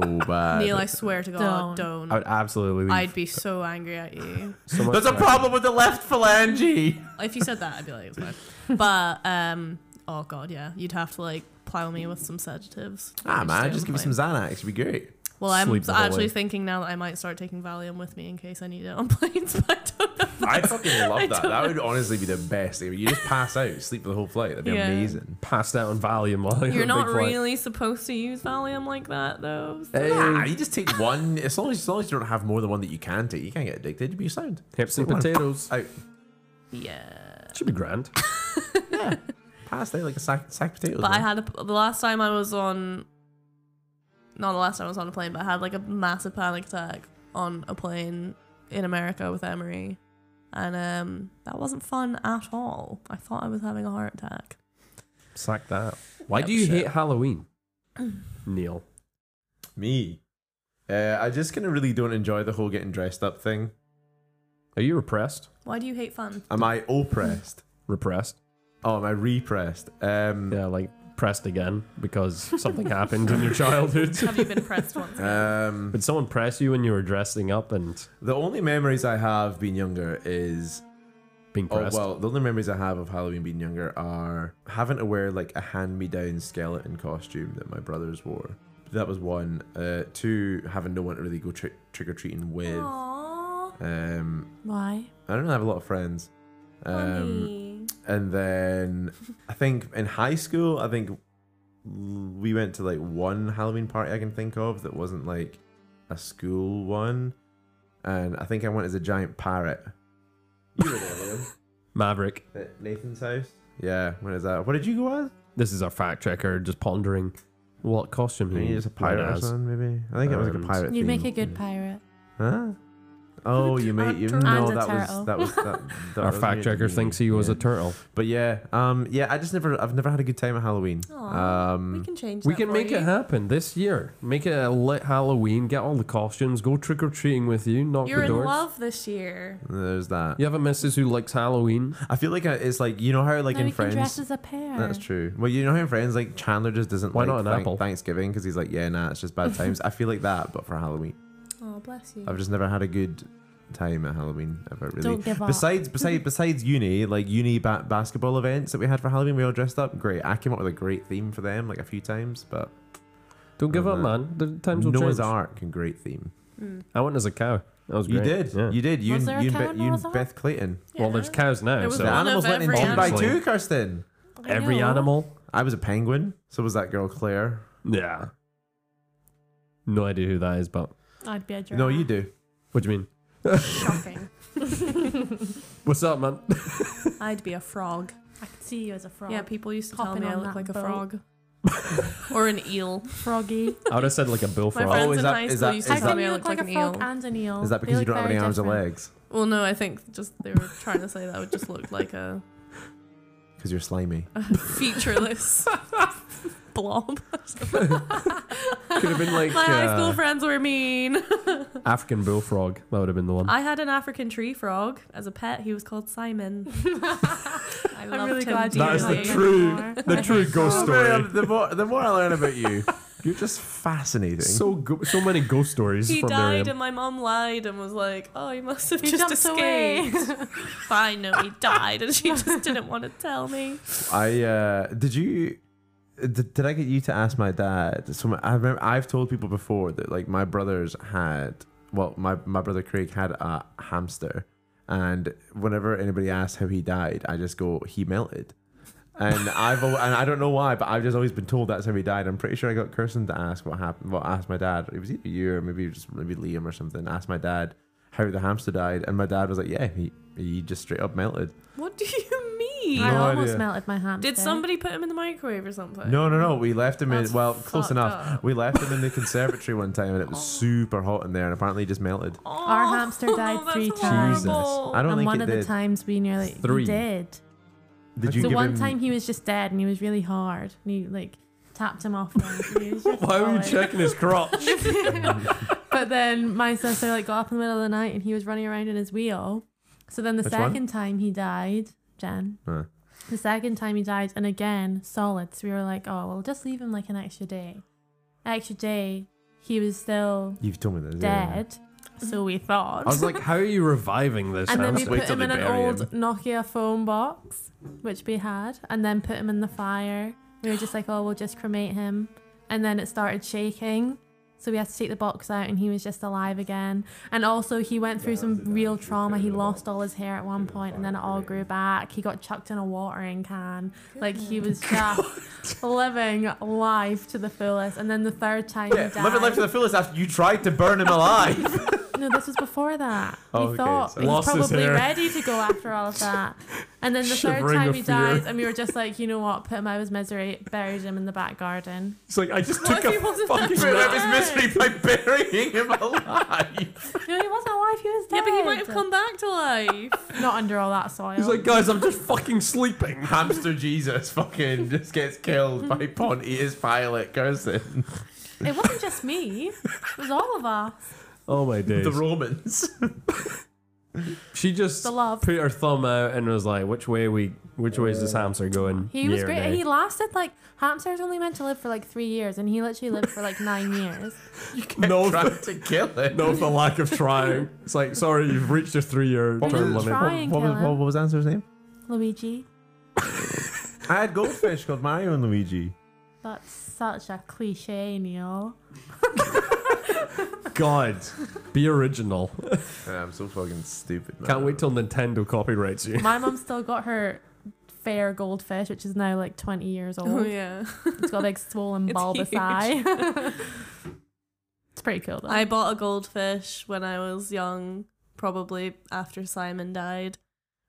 bad.
Neil, I swear to God, don't.
I would absolutely.
I'd be so angry at you.
There's a problem with the left phalange.
If you said that, I'd be like, it's fine. But um, oh god, yeah, you'd have to like plow me with some sedatives.
Ah man, just
stay
give
on
me
the
some Xanax. It'd be great.
plane. Well, I'm
Sleep the whole
actually
way.
thinking now that I might start taking Valium with me in case I need it on planes. But I don't know.
I fucking love that.
don't
That would honestly be the best. thing. You just pass out, sleep for the whole flight. That'd be
Yeah.
amazing.
Passed out on Valium while you're on
You're
a
not
big flight.
really supposed to use Valium like that, though.
Nah, you just take one. As long as, as long as you don't have more than one that you can take, you can't get addicted. You'd be sound.
Hips and
Take one.
potatoes.
Out,
Yeah.
Should be grand.
passed out like a sack, sack of potatoes.
But I
man.
had a, the last time I was on, not the last time I was on a plane, but I had like a massive panic attack on a plane in America with Emery, and um, that wasn't fun at all. I thought I was having a heart attack.
Sack that. Why
Oh,
do you
shit.
hate Halloween, Neil?
Me. Uh, I just kind of really don't enjoy the whole getting dressed up thing.
Are you repressed?
Why do you hate fun?
Am I oppressed?
Repressed?
Oh, am I repressed? Um,
Yeah, like pressed again because something happened in your childhood.
Have you been pressed once?
um,
Did someone press you when you were dressing up and
the only memories I have being younger is
being
oh
pressed?
well, the only memories I have of Halloween being younger are having to wear like a hand-me-down skeleton costume that my brothers wore. That was one. Uh, two, having no one to really go trick trick or treating with.
Aww,
Um,
Why?
I don't have a lot of friends. Um, and then I think in high school, I think we went to like one Halloween party I can think of that wasn't like a school one, and I think I went as a giant parrot. You were there, Liam.
Maverick,
At Nathan's house. Yeah, when is that? What did you go as?
this is our fact checker, just pondering what costume
Maybe
he
just a
went
pirate or
as.
something, maybe. I mm. think it was like
Um,
a pirate.
You'd
theme.
make a good pirate.
Huh? Oh, you made you.
And
No,
a
that
turtle.
was that was that. that
Our
was
fact
made to
checker
be-
thinks he was
yeah.
a turtle.
But yeah, um, yeah, I just never, I've never had a good time at Halloween.
Aw,
um,
we can change.
mm. We
that
can
for
make
you.
it happen this year. Make it a lit Halloween. Get all the costumes. Go trick or treating with you. Knock
You're
the
in
doors.
love this year.
There's that.
You have a missus who likes Halloween.
I feel like I- it's like you know how like
Now
in
we can dress
Friends.
as a pair.
That's true. Well, you know how in Friends like Chandler just doesn't
Why
like
not an
thank-
apple?
Thanksgiving because he's like, yeah, nah, it's just bad times. I feel like that, but for Halloween,
Oh, bless you.
I've just never had a good time at Halloween ever really.
Don't give up.
Besides, besides, besides uni, like uni ba- basketball events that we had for Halloween, we all dressed up. Great. I came up with a great theme for them like a few times, but
Don't give up,
Love that.
man. The times will
Noah's
change.
Ark and great theme.
Mm,
I went as a cow. That was
You
great.
did,
Yeah.
you did. You
Was
and
there a
you and,
cow in
Be- you
Noah's
and
Ark?
Beth Clayton.
Well, there's cows now,
There was
so
The
One
animals
of
went
every
in by
animal.
two, Kirsten.
I
every
know.
animal.
I was a penguin. So was that girl Claire.
Yeah. No idea who that is, but
I'd be a giraffe.
No, you do.
what do you mean?
Shocking.
What's up, man?
I'd be a frog.
I could see you as a frog.
Yeah, people used to tell
Hopping
me I
on
look
that
like a
boat.
frog or an eel.
froggy.
I would have said like a
My
bullfrog.
friend-
friends
is
in
that-
high
is
school
that-
used to
I
is
tell
think
me
you
I
look
looked
like,
like
a
an
frog
eel.
and an eel.
Is that
They
because you
look
don't have any
very
arms or
different.
legs?
Well, no, I think just they were trying to say that I would just look like a
Because you're slimy.
featureless blob.
Could have been like
My high school
uh,
friends were mean.
African bullfrog. That would have been the one.
I had an African tree frog as a pet. He was called Simon. I loved
I'm really
him
glad you
dearly.
That is the
like it
true-
more.
the true ghost story.
Oh, the, more, the more I learn about you, you're just fascinating.
So go- so many ghost stories
He
from
died,
Miriam.
and my mom lied and was like, "Oh, he must have
He
just
jumped away.
escaped." Fine, no, he died, and she just didn't want to tell me.
I uh, did you did, did I get you to ask my dad? So my, I remember I've told people before that like my brothers had well my my brother Craig had a hamster, and whenever anybody asks how he died, I just go he melted. And I've al- and I don't know why, but I've just always been told that's how he died. I'm pretty sure I got Kirsten to ask what happened. Well, asked my dad. It was either you or maybe just maybe Liam or something. Asked my dad how the hamster died, and my dad was like, "Yeah, he he just straight up melted."
What do you mean?
I
No
almost
idea.
melted my hand.
Did somebody put him in the microwave or something?
No, no, no. We left him in.
That's
Well, close
fucked
enough.
up.
We left him in the conservatory one time, and
Oh.
it was super hot in there, and apparently he just melted.
Oh,
Our hamster died
that's
three times.
Jesus.
horrible.
I don't
And
think
one
it
of
did.
the times we nearly he
Three.
did.
Did you
So
give
one
him?
time he was just dead and he was really hard and he like tapped him off. Why
Why were you checking his crotch?
But But then my sister like got up in the middle of the night and he was running around in his wheel. So then the
Which one? Uh.
second time he died, Jen.
Huh.
The second time he died, and again solid. So we were like, oh well, just leave him like an extra day. Extra day, he was still
You've told me this. yeah.
dead. So we thought.
I was like, how are you reviving this?
and then we
house? Wait
put
till
him
they
in an
bury
old
him.
Nokia phone box, which we had, and then put him in the fire. We were just like, oh, we'll just cremate him. And then it started shaking. So we had to take the box out, and he was just alive again. And also, he went through some real trauma. He lost all his hair at one point, and then it all grew back. He got chucked in a watering can. Like, he was just living life to the fullest. And then the third time he died.
Living life to the fullest after you tried to burn him alive.
No, this was before that. We
Oh, okay,
thought
so-
he was
Lost his
probably
hair.
ready to go after all of that. And then the third
Shivering
time
of
he
fear.
died, and we were just like, you know what, put him out of his misery, buried him in the back garden.
It's like I just
What
took
if he
a
wasn't
fucking.
that
nap.
brave?
by burying him alive.
No, he wasn't alive, he was dead.
Yeah, but he might have come back to life.
Not under all that soil.
He's like, guys, I'm just fucking sleeping.
Hamster Jesus fucking just gets killed by Pontius Pilate cursing
it wasn't just me, it was all of us.
Oh my days.
the Romans.
she just
The love.
put her thumb out and was like, which way we, which way is this hamster going?
He was
Yeah or
great.
nay?
He lasted like, hamster's only meant to live for like three years, and he literally lived for like nine years.
no,
Trying to kill him.
no, for lack of trying. It's like, sorry, you've reached your three-year
was
term
it?
limit.
Try and kill him.
was Answer's name?
Luigi,
I had goldfish called Mario and Luigi.
that's such a cliche, Neil.
God, be original.
I'm so fucking stupid. Man.
Can't wait till Nintendo copyrights you.
My mum still got her fair goldfish, which is now like 20 years old.
Oh yeah.
It's got a big swollen
It's
bulbous
huge.
eye. it's pretty cool though.
I bought a goldfish when I was young, probably after Simon died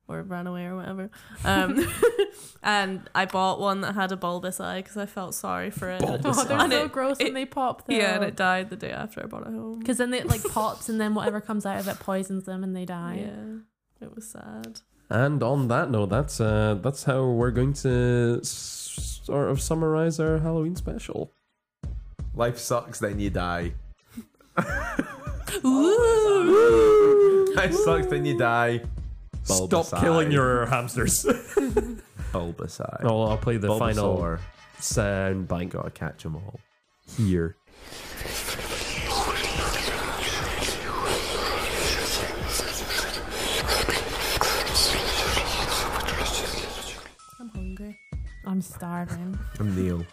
or ran away or whatever. Um, and I bought one that had a bulbous eye because I felt sorry for it.
Bulbous
oh,
eye.
they're
And
so
it-
gross
it-
when they pop though.
Yeah, and it died the day after I bought it home.
because then it like pops and then whatever comes out of it poisons them and they die.
Yeah, it was sad.
And on that note, that's uh, that's how we're going to s- sort of summarize our Halloween special.
Life sucks, then you die. Life sucks, then you die.
Stop killing your hamsters.
Bulbasaur.
oh, I'll play the final
Bulbasaur.
sound bank
Gotta catch them all.
here.
I'm hungry.
I'm starving.
I'm Neil.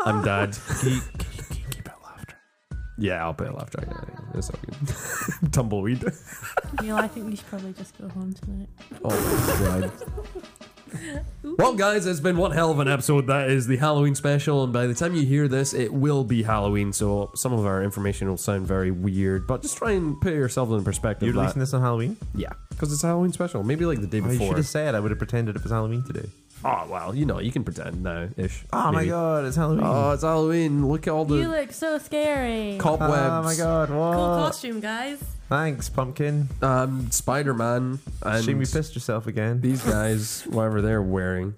I'm dad.
Can you, can you- can you keep it laughter?
yeah, I'll play a laugh track. It's all good. Tumbleweed.
Neil, I think we should probably just go home tonight.
Oh my god. Well, guys, it's been one hell of an episode. That is the Halloween special, and by the time you hear this, it will be Halloween. So some of our information will sound very weird, but just try and put yourself in perspective.
You're
that-
releasing this on Halloween?
Yeah, because it's a Halloween special. Maybe like the day
Oh, you should
before.
have said I would have pretended it was Halloween today.
Oh well, you know you can pretend now ish.
Oh my god, it's Halloween.
Oh, it's Halloween. Look at all the
You look so scary.
cobwebs.
Oh my god, what?
Cool costume, guys.
Thanks, pumpkin.
Um, Spider Man and
Shame you pissed yourself again.
these guys, whatever they're wearing.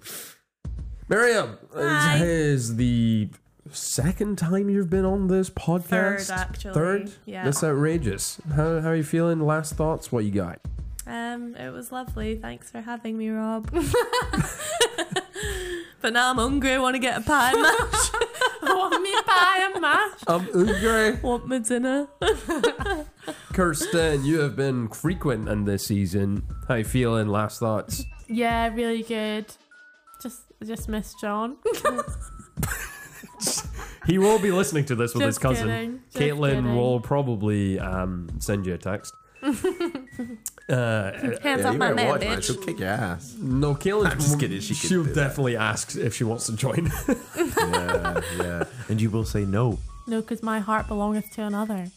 Miriam,
Hi.
this is the second time you've been on this podcast.
Third, e- actually.
Third?
Yeah.
That's outrageous. How, how are you feeling? Last thoughts? What you got?
Um, it was lovely. Thanks for having me, Rob. but now I'm hungry. I want to get a pie and mash.
Want me pie and mash?
Um, Ugre,
want my dinner.
Kirsten, you have been frequent in this season. How you feeling? Last thoughts?
Yeah, really good. Just, just miss John.
He will be listening to this with his
Just
cousin.
kidding. Just
Caitlin
kidding.
will probably um, send you a text. uh,
Hands
Yeah,
off
you
my
better
man,
watch, man.
bitch.
She'll kick your ass.
no, Caitlin.
I'm just kidding, she could
she'll
do that.
definitely ask if she wants to join.
yeah, yeah. And you will say no.
No, because my heart belongeth to another.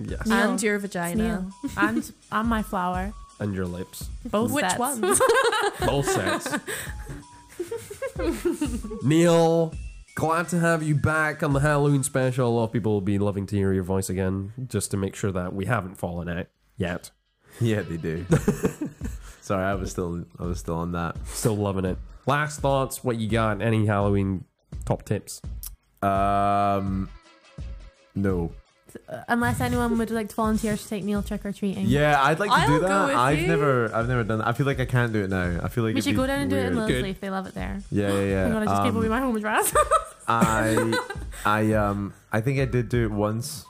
yes,
Neil.
And your vagina.
Neil. and and my flower.
and your lips,
Both
Which
sets.
ones?
both sets. Neil, glad to have you back on the Halloween special. A lot of people will be loving to hear your voice again, just to make sure that we haven't fallen out yet.
Yeah, they do. Sorry, I was still I was still on that.
Still loving it. Last thoughts, what you got? Any Halloween top tips?
Um, no.
Unless anyone would like to volunteer to take Neil trick or treating.
Yeah, I'd like to
I'll
do
go
that.
with
I've
you.
never, I've never done. That. I feel like I can't do it now. I feel like
We
it'd
should
be
go down and do it in
weird.
Lillesley if they love it there.
Yeah, yeah, yeah.
I'm gonna just give
Um,
away my home address.
I, I, um, I think I did do it once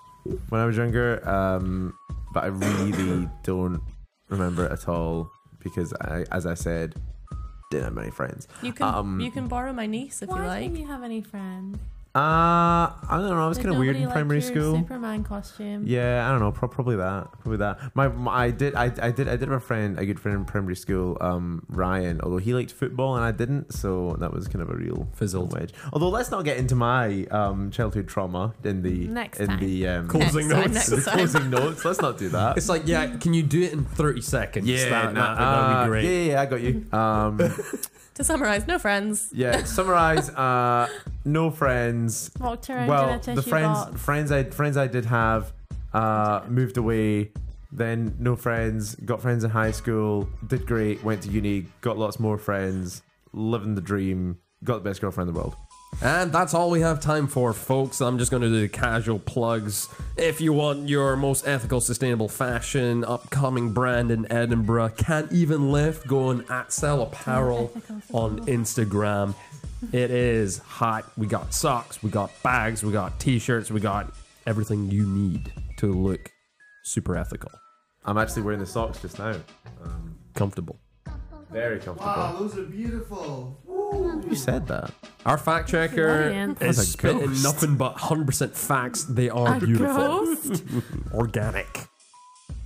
when I was younger, um, but I really don't remember it at all because I, as I said, didn't have many friends.
You can
Um,
you can borrow my niece if you
Why
like.
don't you have any friends?
Uh, I don't know. I was
Like,
kind of weird
nobody
in
liked
primary
your
school.
Superman costume.
Yeah, I don't know. Pro- probably that. Probably that. My, my I did I, I did I did have a friend, a good friend in primary school, um, Ryan. Although he liked football and I didn't, so that was kind of a real
Fizzled.
wedge. Although let's not get into my um childhood trauma in the
Next
in
time.
the um
Closing
Next time,
notes.
the
next time.
closing notes. Let's not do that.
It's like, yeah, can you do it in 30 seconds? that,
nah,
that, that would
uh,
be great.
Yeah, yeah, yeah, I got you. Um,
To summarize, no friends.
yeah. Summarize. Uh, no friends.
Walked around in
well,
a tissue
the friends
box.
friends I friends I did have uh, moved away. Then no friends. Got friends in high school. Did great. Went to uni. Got lots more friends. Living the dream. Got the best girlfriend in the world.
And that's all we have time for, folks. I'm just going to do the casual plugs. If you want your most ethical, sustainable fashion, upcoming brand in Edinburgh, can't even lift, go on at Sell Apparel on Instagram. It is hot. We got socks, we got bags, we got t shirts, we got everything you need to look super ethical,
I'm actually wearing the socks just now. Um,
comfortable.
very comfortable.
those are beautiful.
You said that.
Our fact checker
Brilliant.
is
That's a
spitting
ghost.
nothing but 100% facts. They are
A
beautiful,
ghost?
organic.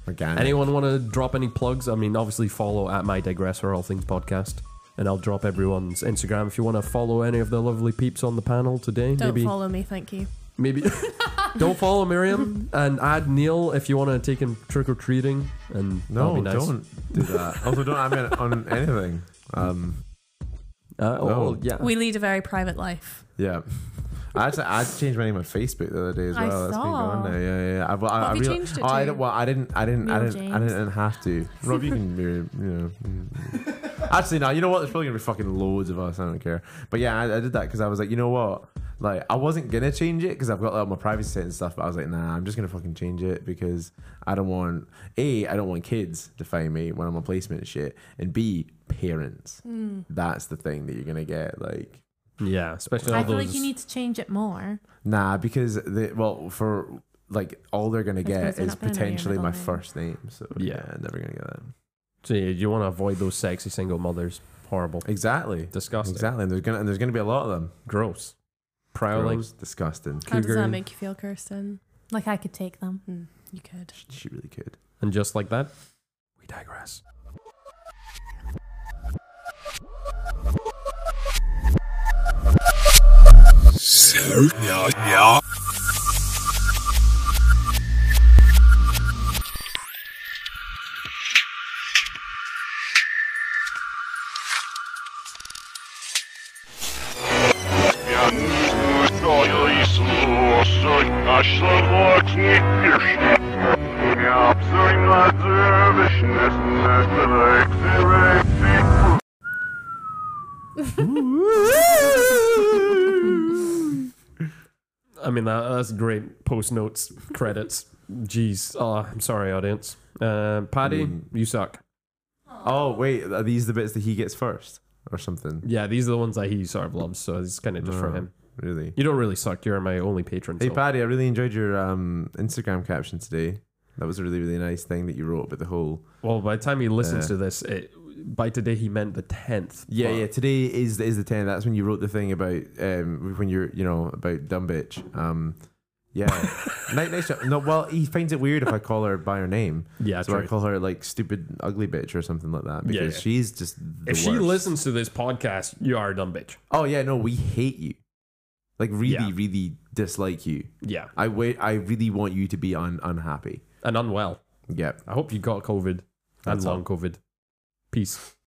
Organic.
Anyone want to drop any plugs? I mean, obviously follow at my digress or all things podcast, and I'll drop everyone's Instagram if you want to follow any of the lovely peeps on the panel today.
Don't
maybe,
follow me, thank you.
maybe don't follow Miriam and add Neil if you want to take him trick or treating. And that'll
no,
be nice.
don't do that. also, don't add me on anything. Um,
Uh, oh,
No.
yeah.
We lead a very private life.
yeah. I actually I changed my name on Facebook the other day as
I
well. That's been
saw.
going there. Yeah, yeah. yeah. I, well, I,
What
I
have you
reali-
changed it
oh, I
to?
didn't, well, I didn't. I didn't. I
Neil
didn't. I
James.
didn't have to. Rob, you can. be, You know. mm. Actually, no. You know what? There's probably gonna be fucking loads of us. I don't care. But yeah, I, I did that because I was like, you know what? Like, I wasn't gonna change it because I've got like, my privacy set and stuff. But I was like, nah, I'm just gonna fucking change it because I don't want a. I don't want kids to find me when I'm on placement and shit. And b. Parents.
Hmm.
That's the thing that you're gonna get. Like.
yeah, especially all
I feel
those.
like you need to change it more.
Nah, because the well for like all they're gonna
That's 'cause
get
they're
is
not gonna know your
potentially my
middle name.
first name. So yeah,
Yeah.
I'm never gonna get that.
so yeah, you want to avoid those sexy single mothers. Horrible,
Exactly.
disgusting,
Exactly. And there's gonna and there's gonna be a lot of them.
gross, prowling.
Gross, disgusting.
How does that
Cougar.
make you feel, Kirsten?
Like I could take them.
You could.
She really could.
And just like that, we digress.
So, yeah, yeah.
Я не знаю, и слушать, а что вот не пишет. Я абсолютно dervishness, neglect, erect,
I mean, that, that's great post notes credits. Jeez. Oh, I'm sorry, audience. Uh, Paddy,
Mm.
you suck.
Oh wait, are these the bits that he gets first or something?
Yeah, these are the ones that he sort of loves, so it's kind of just for
Oh.
him.
Really.
You don't really suck. You're my only patron.
Hey
so-
Paddy, I really enjoyed your um, Instagram caption today. That was a really really nice thing that you wrote about the whole.
Well, by the time he listens
Uh.
to this, it, by today he meant the tenth.
Yeah, yeah. Today is is the ten. That's when you wrote the thing about um when you're you know about dumb bitch. Um, yeah. nice, nice. job. No, well, he finds it weird if I call her by her name.
Yeah,
so I
true.
call her like stupid ugly bitch or something like that
Yeah,
because
yeah.
she's just. The
If she
worst.
listens to this podcast, you are a dumb bitch.
Oh yeah, no, we hate you. Like really,
Yeah.
really dislike you.
Yeah,
I wait. I really want you to be un- unhappy.
and unwell.
Yep.
I hope you got COVID and
That's
long
all.
COVID. Peace.